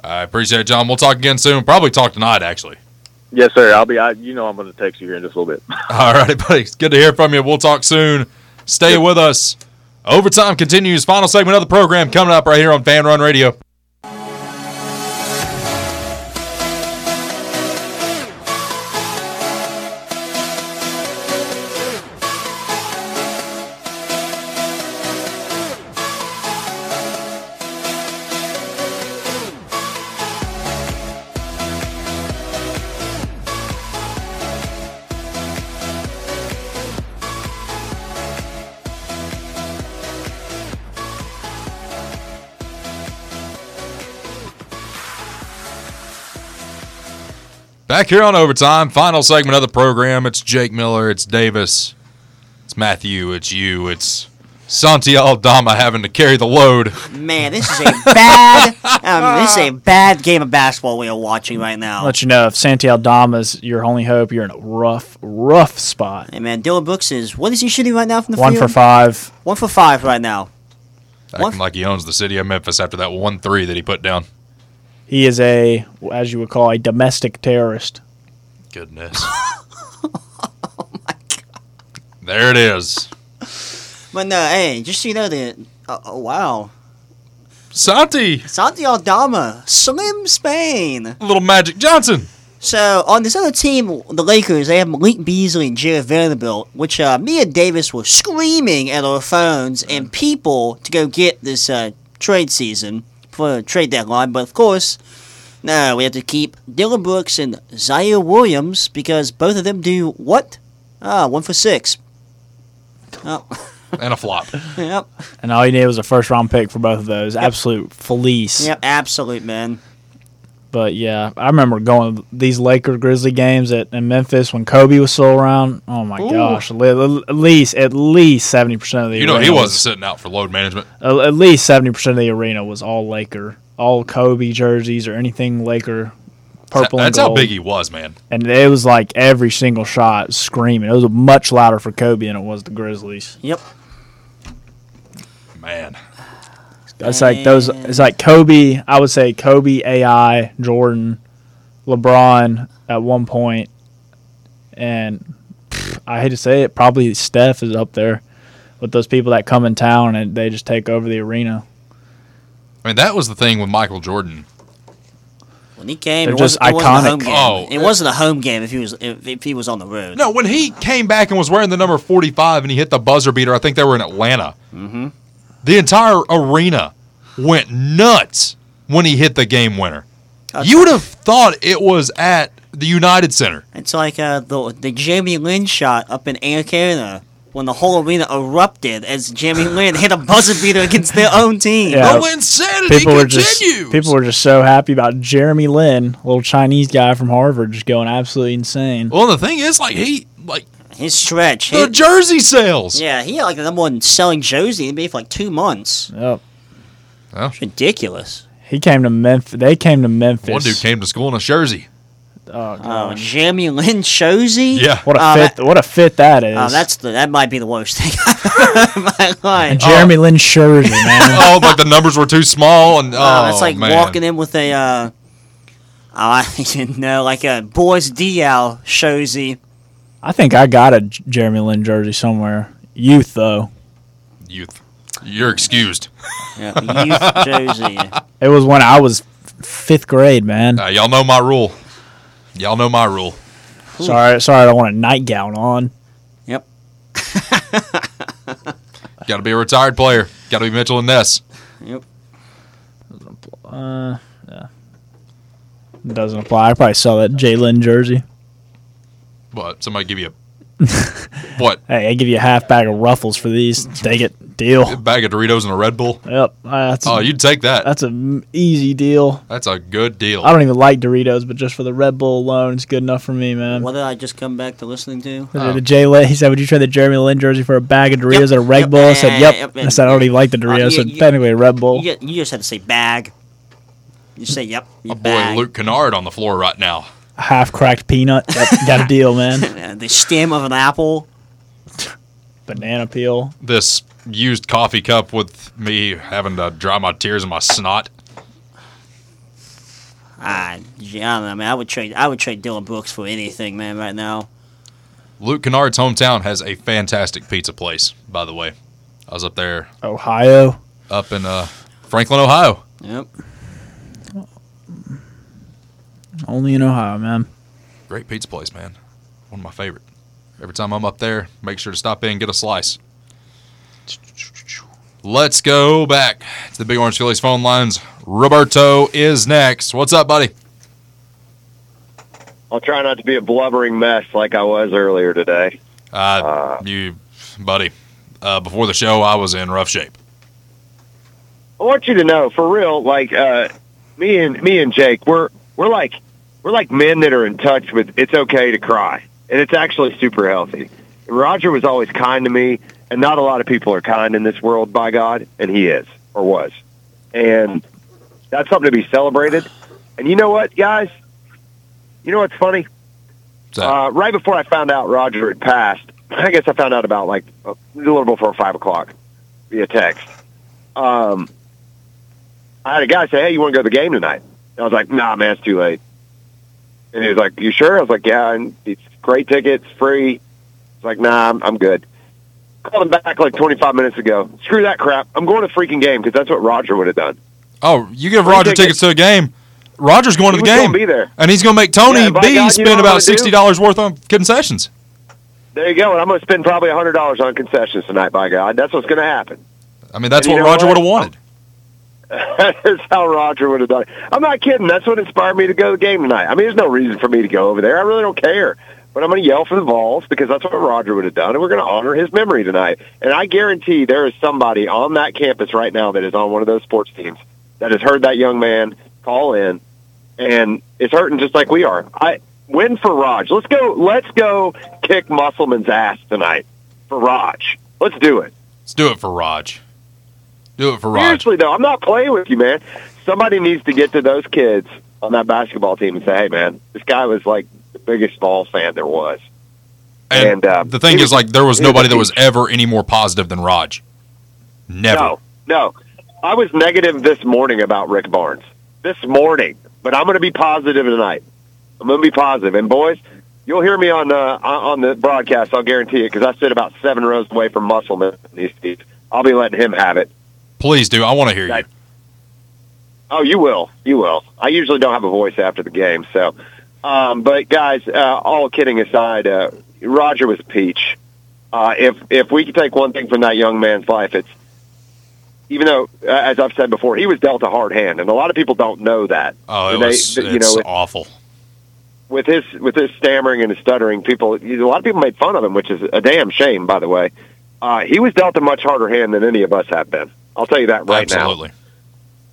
Speaker 1: I appreciate it, John. We'll talk again soon. Probably talk tonight, actually.
Speaker 5: Yes, sir. I'll be. I, you know, I'm going to text you here in just a little bit.
Speaker 1: All righty, buddy. It's Good to hear from you. We'll talk soon. Stay with us. Overtime continues. Final segment of the program coming up right here on Fan Run Radio. Back here on overtime, final segment of the program. It's Jake Miller, it's Davis, it's Matthew, it's you, it's Santi Aldama having to carry the load.
Speaker 2: Man, this is a bad. um, this is a bad game of basketball we are watching right now.
Speaker 3: I'll let you know if Santi Aldama's your only hope. You're in a rough, rough spot.
Speaker 2: Hey man, Dylan Brooks is what is he shooting right now from the
Speaker 3: One for
Speaker 2: field?
Speaker 3: five.
Speaker 2: One for five right now.
Speaker 1: Acting
Speaker 2: What?
Speaker 1: like he owns the city of Memphis after that one three that he put down.
Speaker 3: He is a, as you would call, a domestic terrorist.
Speaker 1: Goodness. Oh, There it is.
Speaker 2: But no, hey, just so you know that. Uh, oh wow,
Speaker 1: Santi,
Speaker 2: Santi Aldama, Slim Spain.
Speaker 1: little Magic Johnson.
Speaker 2: So on this other team, the Lakers, they have Malik Beasley and Jared Vanderbilt, which uh, me and Davis were screaming at our phones and people to go get this uh, trade season for trade deadline. But of course, no, we have to keep Dylan Brooks and Zaire Williams because both of them do what? Ah, one for six. Oh,
Speaker 1: And a flop.
Speaker 2: yep,
Speaker 3: And all you need was a first round pick for both of those. Absolute fleece.
Speaker 2: yep, absolute man.
Speaker 3: But yeah, I remember going to these Laker Grizzly games at in Memphis when Kobe was still around. Oh my gosh, at le- at least at least seventy percent of the
Speaker 1: You know,
Speaker 3: arena
Speaker 1: he wasn't sitting out for load management.
Speaker 3: was- at- at least seventy percent of the arena was all Laker, all Kobe jerseys or anything Laker purple
Speaker 1: That's
Speaker 3: and
Speaker 1: how
Speaker 3: gold.
Speaker 1: big he was, man.
Speaker 3: and it was like every single shot screaming. It was much louder for Kobe than it was the Grizzlies.
Speaker 2: Yep.
Speaker 1: man.
Speaker 3: It's like those. It's like Kobe. I would say Kobe, AI, Jordan, LeBron at one point, and pff, I hate to say it, probably Steph is up there with those people that come in town and they just take over the arena.
Speaker 1: I mean, that was the thing with Michael Jordan.
Speaker 2: When he came,
Speaker 3: They're
Speaker 2: it
Speaker 3: just
Speaker 2: wasn't, it wasn't a home
Speaker 3: iconic.
Speaker 2: game.
Speaker 1: Oh.
Speaker 2: it wasn't a home game if he was if, if he was on the road.
Speaker 1: No, when he came back and was wearing the number 45 and he hit the buzzer beater, I think they were in Atlanta. Mm-hmm. The entire arena went nuts when he hit the game winner. You would have thought it was at the United Center.
Speaker 2: It's like uh, the the Jamie Lynn shot up in Air Canada when the whole arena erupted as Jamie Lynn hit a buzzer beater against their own team.
Speaker 3: Yeah.
Speaker 1: The insanity
Speaker 3: People were
Speaker 1: continues.
Speaker 3: just people were just so happy about Jeremy Lin, little Chinese guy from Harvard, just going absolutely insane.
Speaker 1: well, the thing is, like he like
Speaker 2: Oh, His stretch.
Speaker 1: the
Speaker 2: he-
Speaker 1: jersey sales.
Speaker 2: yeah, he had like the number one selling jersey in the NBA for like two months.
Speaker 3: Yep.
Speaker 2: It's ridiculous.
Speaker 3: He came to Memphis. They came to Memphis.
Speaker 1: One dude came to school in a jersey.
Speaker 3: Oh,
Speaker 2: Oh,
Speaker 3: God.
Speaker 2: Jamie Lynn Shozy?
Speaker 1: Yeah.
Speaker 3: what a
Speaker 2: Uh,
Speaker 3: fit! what a fit that is.
Speaker 2: Oh, that's the, that might be the worst thing I've heard in my life.
Speaker 3: and
Speaker 2: uh,
Speaker 3: Jeremy Lin Scherzer, man.
Speaker 1: oh, but the numbers were too small, and oh,
Speaker 2: Wow, that's Uh, like
Speaker 1: man.
Speaker 2: walking in with a, uh, oh, I didn't know, like a boys DL showsy.
Speaker 3: I think I got a J- Jeremy Lin jersey somewhere. Youth though,
Speaker 1: Youth, you're excused.
Speaker 2: Yeah, youth jersey.
Speaker 3: it was when I was f- fifth grade, man.
Speaker 1: Uh, y'all know my rule. Y'all know my rule.
Speaker 3: Sorry, sorry, I don't want a nightgown on.
Speaker 2: Yep.
Speaker 1: Got to be a retired player. Got to be Mitchell and Ness.
Speaker 2: Yep.
Speaker 3: Uh, yeah. Doesn't apply. I probably sell that Jay Lin jersey.
Speaker 1: But somebody give you a what?
Speaker 3: Hey, I give you a half bag of Ruffles for these. Take it,
Speaker 1: A
Speaker 3: deal.
Speaker 1: bag of Doritos and a Red Bull.
Speaker 3: Yep, uh, that's
Speaker 1: Oh, you'd take that.
Speaker 3: that's an easy deal.
Speaker 1: That's a good deal.
Speaker 3: I don't even like Doritos, but just for the Red Bull alone, it's good enough for me, man.
Speaker 2: What did I just come back to listening to?
Speaker 1: Oh.
Speaker 3: The Jay Lin, he said, "Would you trade the Jeremy Lin jersey for a bag of Doritos
Speaker 2: Yep,
Speaker 3: and a Red
Speaker 2: yep,
Speaker 3: Bull?" I
Speaker 2: yeah,
Speaker 3: said, "Yep."
Speaker 2: yep, Uh,
Speaker 3: I said, "I don't even like the Doritos,
Speaker 2: you-
Speaker 3: so
Speaker 2: you-
Speaker 3: technically a Red Bull."
Speaker 2: You, ju- you just had to say bag. You say yep. You
Speaker 1: My boy
Speaker 2: bag.
Speaker 1: Luke Kennard on the floor right now.
Speaker 3: A half cracked peanut, got, got a deal, man.
Speaker 2: Uh, the stem of an apple.
Speaker 3: Banana peel.
Speaker 1: This used coffee cup with me having to dry my tears and my snot.
Speaker 2: Ah, gee, I don't know, man. I would trade. I would trade Dylan Brooks for anything, man. Right now,
Speaker 1: Luke Kennard's hometown has a fantastic pizza place, by the way. I was up there,
Speaker 3: Ohio.
Speaker 1: up in uh, Franklin, Ohio.
Speaker 2: yep.
Speaker 3: Only in Ohio, man.
Speaker 1: Great pizza place, man. One of my favorite. Every time I'm up there, make sure to stop in and get a slice. Let's go back to the Big Orange Phillies phone lines. Roberto is next. What's up, buddy?
Speaker 6: I'll try not to be a blubbering mess like I was earlier today.
Speaker 1: Uh, you, buddy. Uh, before the show, I was in rough shape.
Speaker 6: I want you to know, for real, like uh, me and me and Jake, we're we're like we're like men that are in touch with. It's okay to cry, and it's actually super healthy. Roger was always kind to me, and not a lot of people are kind in this world, by God, and he is or was, and that's something to be celebrated. And you know what, guys? You know what's funny?
Speaker 1: So,
Speaker 6: Uh, right before I found out Roger had passed, I guess I found out about like a little before five o'clock via text. Um, I had a guy say, "Hey, you want to go to the game tonight?" And I was like, "Nah, man, it's too late." And he was like, "You sure?" I was like, "Yeah, and it's great tickets, free." He's like, "Nah, I'm, I'm good." Called him back like 25 minutes ago. Screw that crap. I'm going to the freaking game because that's what Roger would have done.
Speaker 1: oh, you give Roger tickets
Speaker 6: tickets.
Speaker 1: to a game. Roger's going to
Speaker 6: He
Speaker 1: the
Speaker 6: was
Speaker 1: game,
Speaker 6: gonna be there.
Speaker 1: and he's going to make Tony
Speaker 6: Yeah, by God,
Speaker 1: B
Speaker 6: you know what
Speaker 1: spend
Speaker 6: I'm
Speaker 1: about
Speaker 6: gonna do?
Speaker 1: sixty dollars worth on concessions.
Speaker 6: There you go. And I'm going to spend probably $100 on concessions tonight. By God, that's what's going to happen.
Speaker 1: I mean, that's
Speaker 6: And
Speaker 1: what
Speaker 6: you know
Speaker 1: Roger would
Speaker 6: what?
Speaker 1: have wanted.
Speaker 6: That's how Roger would have done it. I'm not kidding. That's what inspired me to go to the game tonight. I mean, there's no reason for me to go over there. I really don't care. But I'm going to yell for the balls because that's what Roger would have done, and we're going to honor his memory tonight. And I guarantee there is somebody on that campus right now that is on one of those sports teams that has heard that young man call in and is hurting just like we are. I win for Raj. Let's go. Let's go kick Musselman's ass tonight for Raj. Let's do it.
Speaker 1: Let's do it for Raj. Do it for Raj.
Speaker 6: Seriously though, I'm not playing with you, man. Somebody needs to get to those kids on that basketball team and say, "Hey, man, this guy was like the biggest ball fan there was."
Speaker 1: And,
Speaker 6: And, uh,
Speaker 1: the thing
Speaker 6: he
Speaker 1: is,
Speaker 6: was-
Speaker 1: like, there was
Speaker 6: he was a
Speaker 1: nobody that was ever any more positive than Raj. Never.
Speaker 6: No, No, I was negative this morning about Rick Barnes. This morning, but I'm going to be positive tonight. I'm going to be positive. And boys, you'll hear me on uh, on the broadcast. I'll guarantee it because I sit about seven rows away from Musselman these days. I'll be letting him have it.
Speaker 1: Please do. I want to hear you.
Speaker 6: That- Oh, you will. You will. I usually don't have a voice after the game, so. Um, but guys, uh, all kidding aside, uh, Roger was a peach. Uh, if if we could take one thing from that young man's life, it's even though, uh, as I've said before, he was dealt a hard hand, and a lot of people don't know that.
Speaker 1: Oh, it
Speaker 6: And they-
Speaker 1: was,
Speaker 6: you
Speaker 1: it's
Speaker 6: know, it-
Speaker 1: awful.
Speaker 6: With his with his stammering and his stuttering, people a lot of people made fun of him, which is a damn shame, by the way. Uh, he was dealt a much harder hand than any of us have been. I'll tell you that right now
Speaker 1: Absolutely.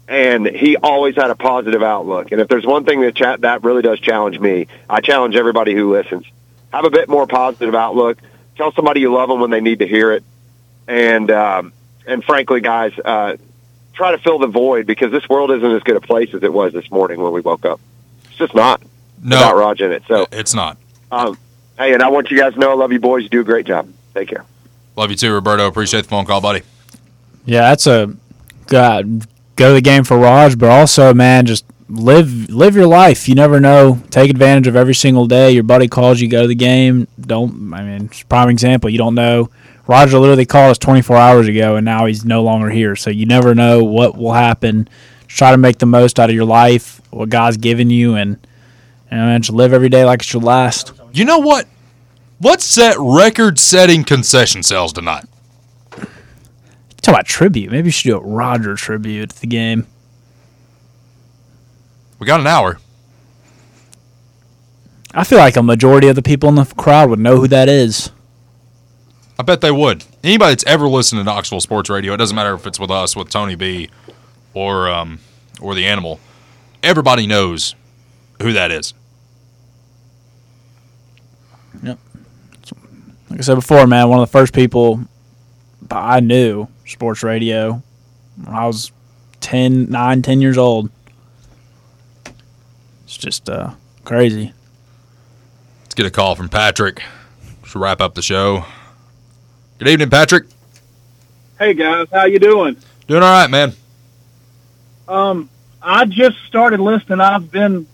Speaker 6: and he always had a positive outlook. And if there's one thing that cha- that really does challenge me, I challenge everybody who listens: have a bit more positive outlook. Tell somebody you love them when they need to hear it, and um, and frankly, guys, uh, try to fill the void because this world isn't as good a place as it was this morning when we woke up. It's just not without
Speaker 1: No,
Speaker 6: Raj in it. So,
Speaker 1: it's not.
Speaker 6: um, hey, and I want you guys to know I love you, boys. You do a great job. Take care.
Speaker 1: Love you too, Roberto. Appreciate the phone call, buddy.
Speaker 3: Yeah, that's a God, go to the game for Raj, but also man, just live live your life. You never know. Take advantage of every single day. Your buddy calls you, go to the game. Don't I mean it's a prime example. You don't know. Roger literally called us 24 hours ago, and now he's no longer here. So you never know what will happen. Just try to make the most out of your life, what God's given you, and and man, just live every day like it's your last.
Speaker 1: You know what? Let's set record-setting concession sales tonight.
Speaker 3: Talk about tribute. Maybe you should do a Roger tribute at the game.
Speaker 1: We got an hour.
Speaker 3: I feel like a majority of the people in the crowd would know who that is.
Speaker 1: I bet they would. Anybody that's ever listened to Knoxville Sports Radio, it doesn't matter if it's with us, with Tony B, or um, or the Animal. Everybody knows who that is.
Speaker 3: like I said before, man, one of the first people I knew sports radio when I was 10, 9, 10 years old. It's just uh, crazy.
Speaker 1: Let's get a call from Patrick to wrap up the show. Good evening, Patrick.
Speaker 7: Hey guys, how you doing?
Speaker 1: Doing all right, man.
Speaker 7: Um, I just started listening. I've been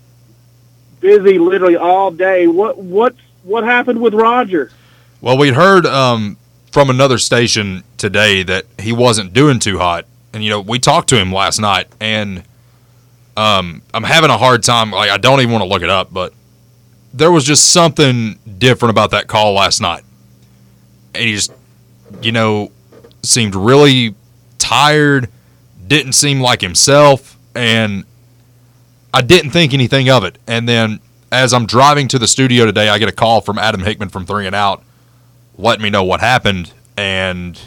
Speaker 7: busy literally all day. What what what happened with Roger?
Speaker 1: Well, we'd heard um, from another station today that he wasn't doing too hot, and you know we talked to him last night, and um, I'm having a hard time. Like I don't even want to look it up, but there was just something different about that call last night, and he just, you know, seemed really tired, didn't seem like himself, and I didn't think anything of it. And then as I'm driving to the studio today, I get a call from Adam Hickman from Three and Out let me know what happened and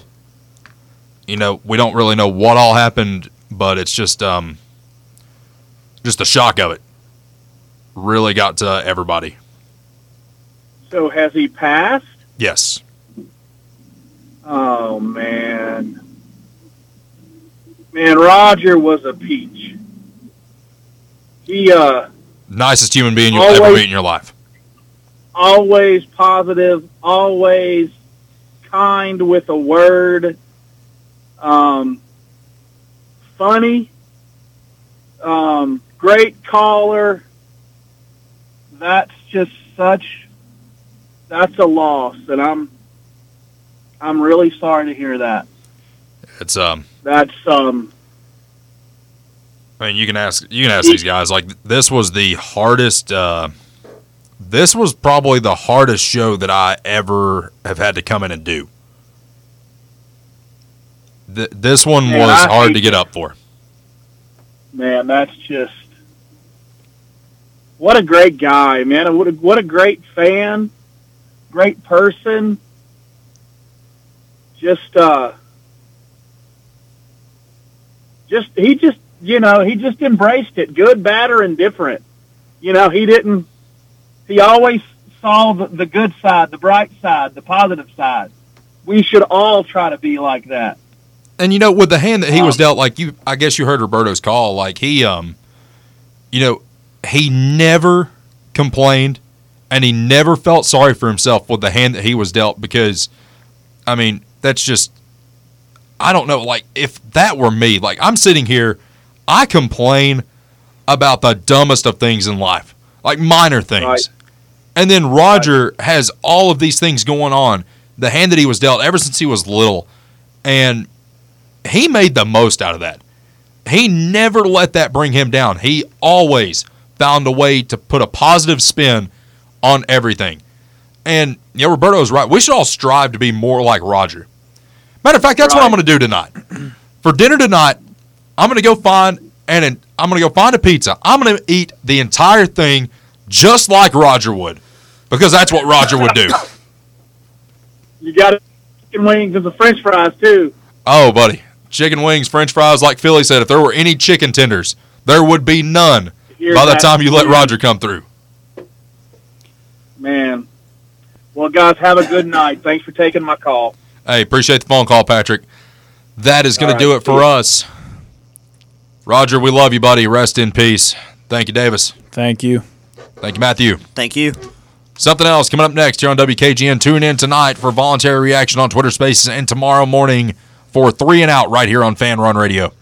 Speaker 1: you know we don't really know what all happened but it's just um just the shock of it really got to everybody
Speaker 7: So has he passed?
Speaker 1: yes
Speaker 7: Oh man, man, Roger was a peach. He uh
Speaker 1: nicest human being you'll ever
Speaker 7: Always-
Speaker 1: meet in your life
Speaker 7: always positive, always kind with a word, um, funny, um, great caller. That's just such. That's a loss, and I'm. I'm really sorry to hear that.
Speaker 1: it's um
Speaker 7: That's um.
Speaker 1: I mean, you can ask you can ask these guys. Like this was the hardest. Uh, this was probably the hardest show that I ever have had to come in and do. Th- this one
Speaker 7: Man,
Speaker 1: was
Speaker 7: I
Speaker 1: hard
Speaker 7: hate
Speaker 1: to get up for.
Speaker 7: man, that's just what a great guy, man. And What a, what a great fan, great person. Just uh, just he just you know he just embraced it, good, bad, or indifferent. You know he didn't. He always saw the, the good side, the bright side, the positive side. We should all try to be like that.
Speaker 1: and you know with the hand that he was
Speaker 7: Um,
Speaker 1: dealt like you i guess you heard roberto's call like he um you know he never complained and he never felt sorry for himself with the hand that he was dealt because i mean that's just I don't know. Like, if that were me, like, I'm sitting here, I complain about the dumbest of things in life, like minor things.
Speaker 5: Right.
Speaker 1: And then Roger has all of these things going on. The hand that he was dealt ever since he was little. And he made the most out of that. He never let that bring him down. He always found a way to put a positive spin on everything. And yeah, Roberto's right. We should all strive to be more like Roger. Matter of fact, that's what I'm going to do tonight. For dinner tonight, I'm going to go find and an, I'm going to go find a pizza. I'm going to eat the entire thing just like Roger would, because that's what Roger would do.
Speaker 7: You got chicken wings and the French fries too.
Speaker 1: Oh, buddy, chicken wings, French fries, like Philly said. If there were any chicken tenders, there would be none
Speaker 7: Here's
Speaker 1: by the
Speaker 7: that-
Speaker 1: time you let Roger come through.
Speaker 7: Man. Well, guys, have a good night. Thanks for taking my call.
Speaker 1: Hey, appreciate the phone call, Patrick. That is going
Speaker 7: All
Speaker 1: to do
Speaker 7: right.
Speaker 1: it for us. Roger, we love you, buddy. Rest in peace. Thank you, Davis.
Speaker 3: Thank you.
Speaker 1: Thank you, Matthew.
Speaker 2: Thank you.
Speaker 1: Something else coming up next here on WKGN. Tune in tonight for voluntary reaction on Twitter Spaces and tomorrow morning for Three and Out right here on Fan Run Radio.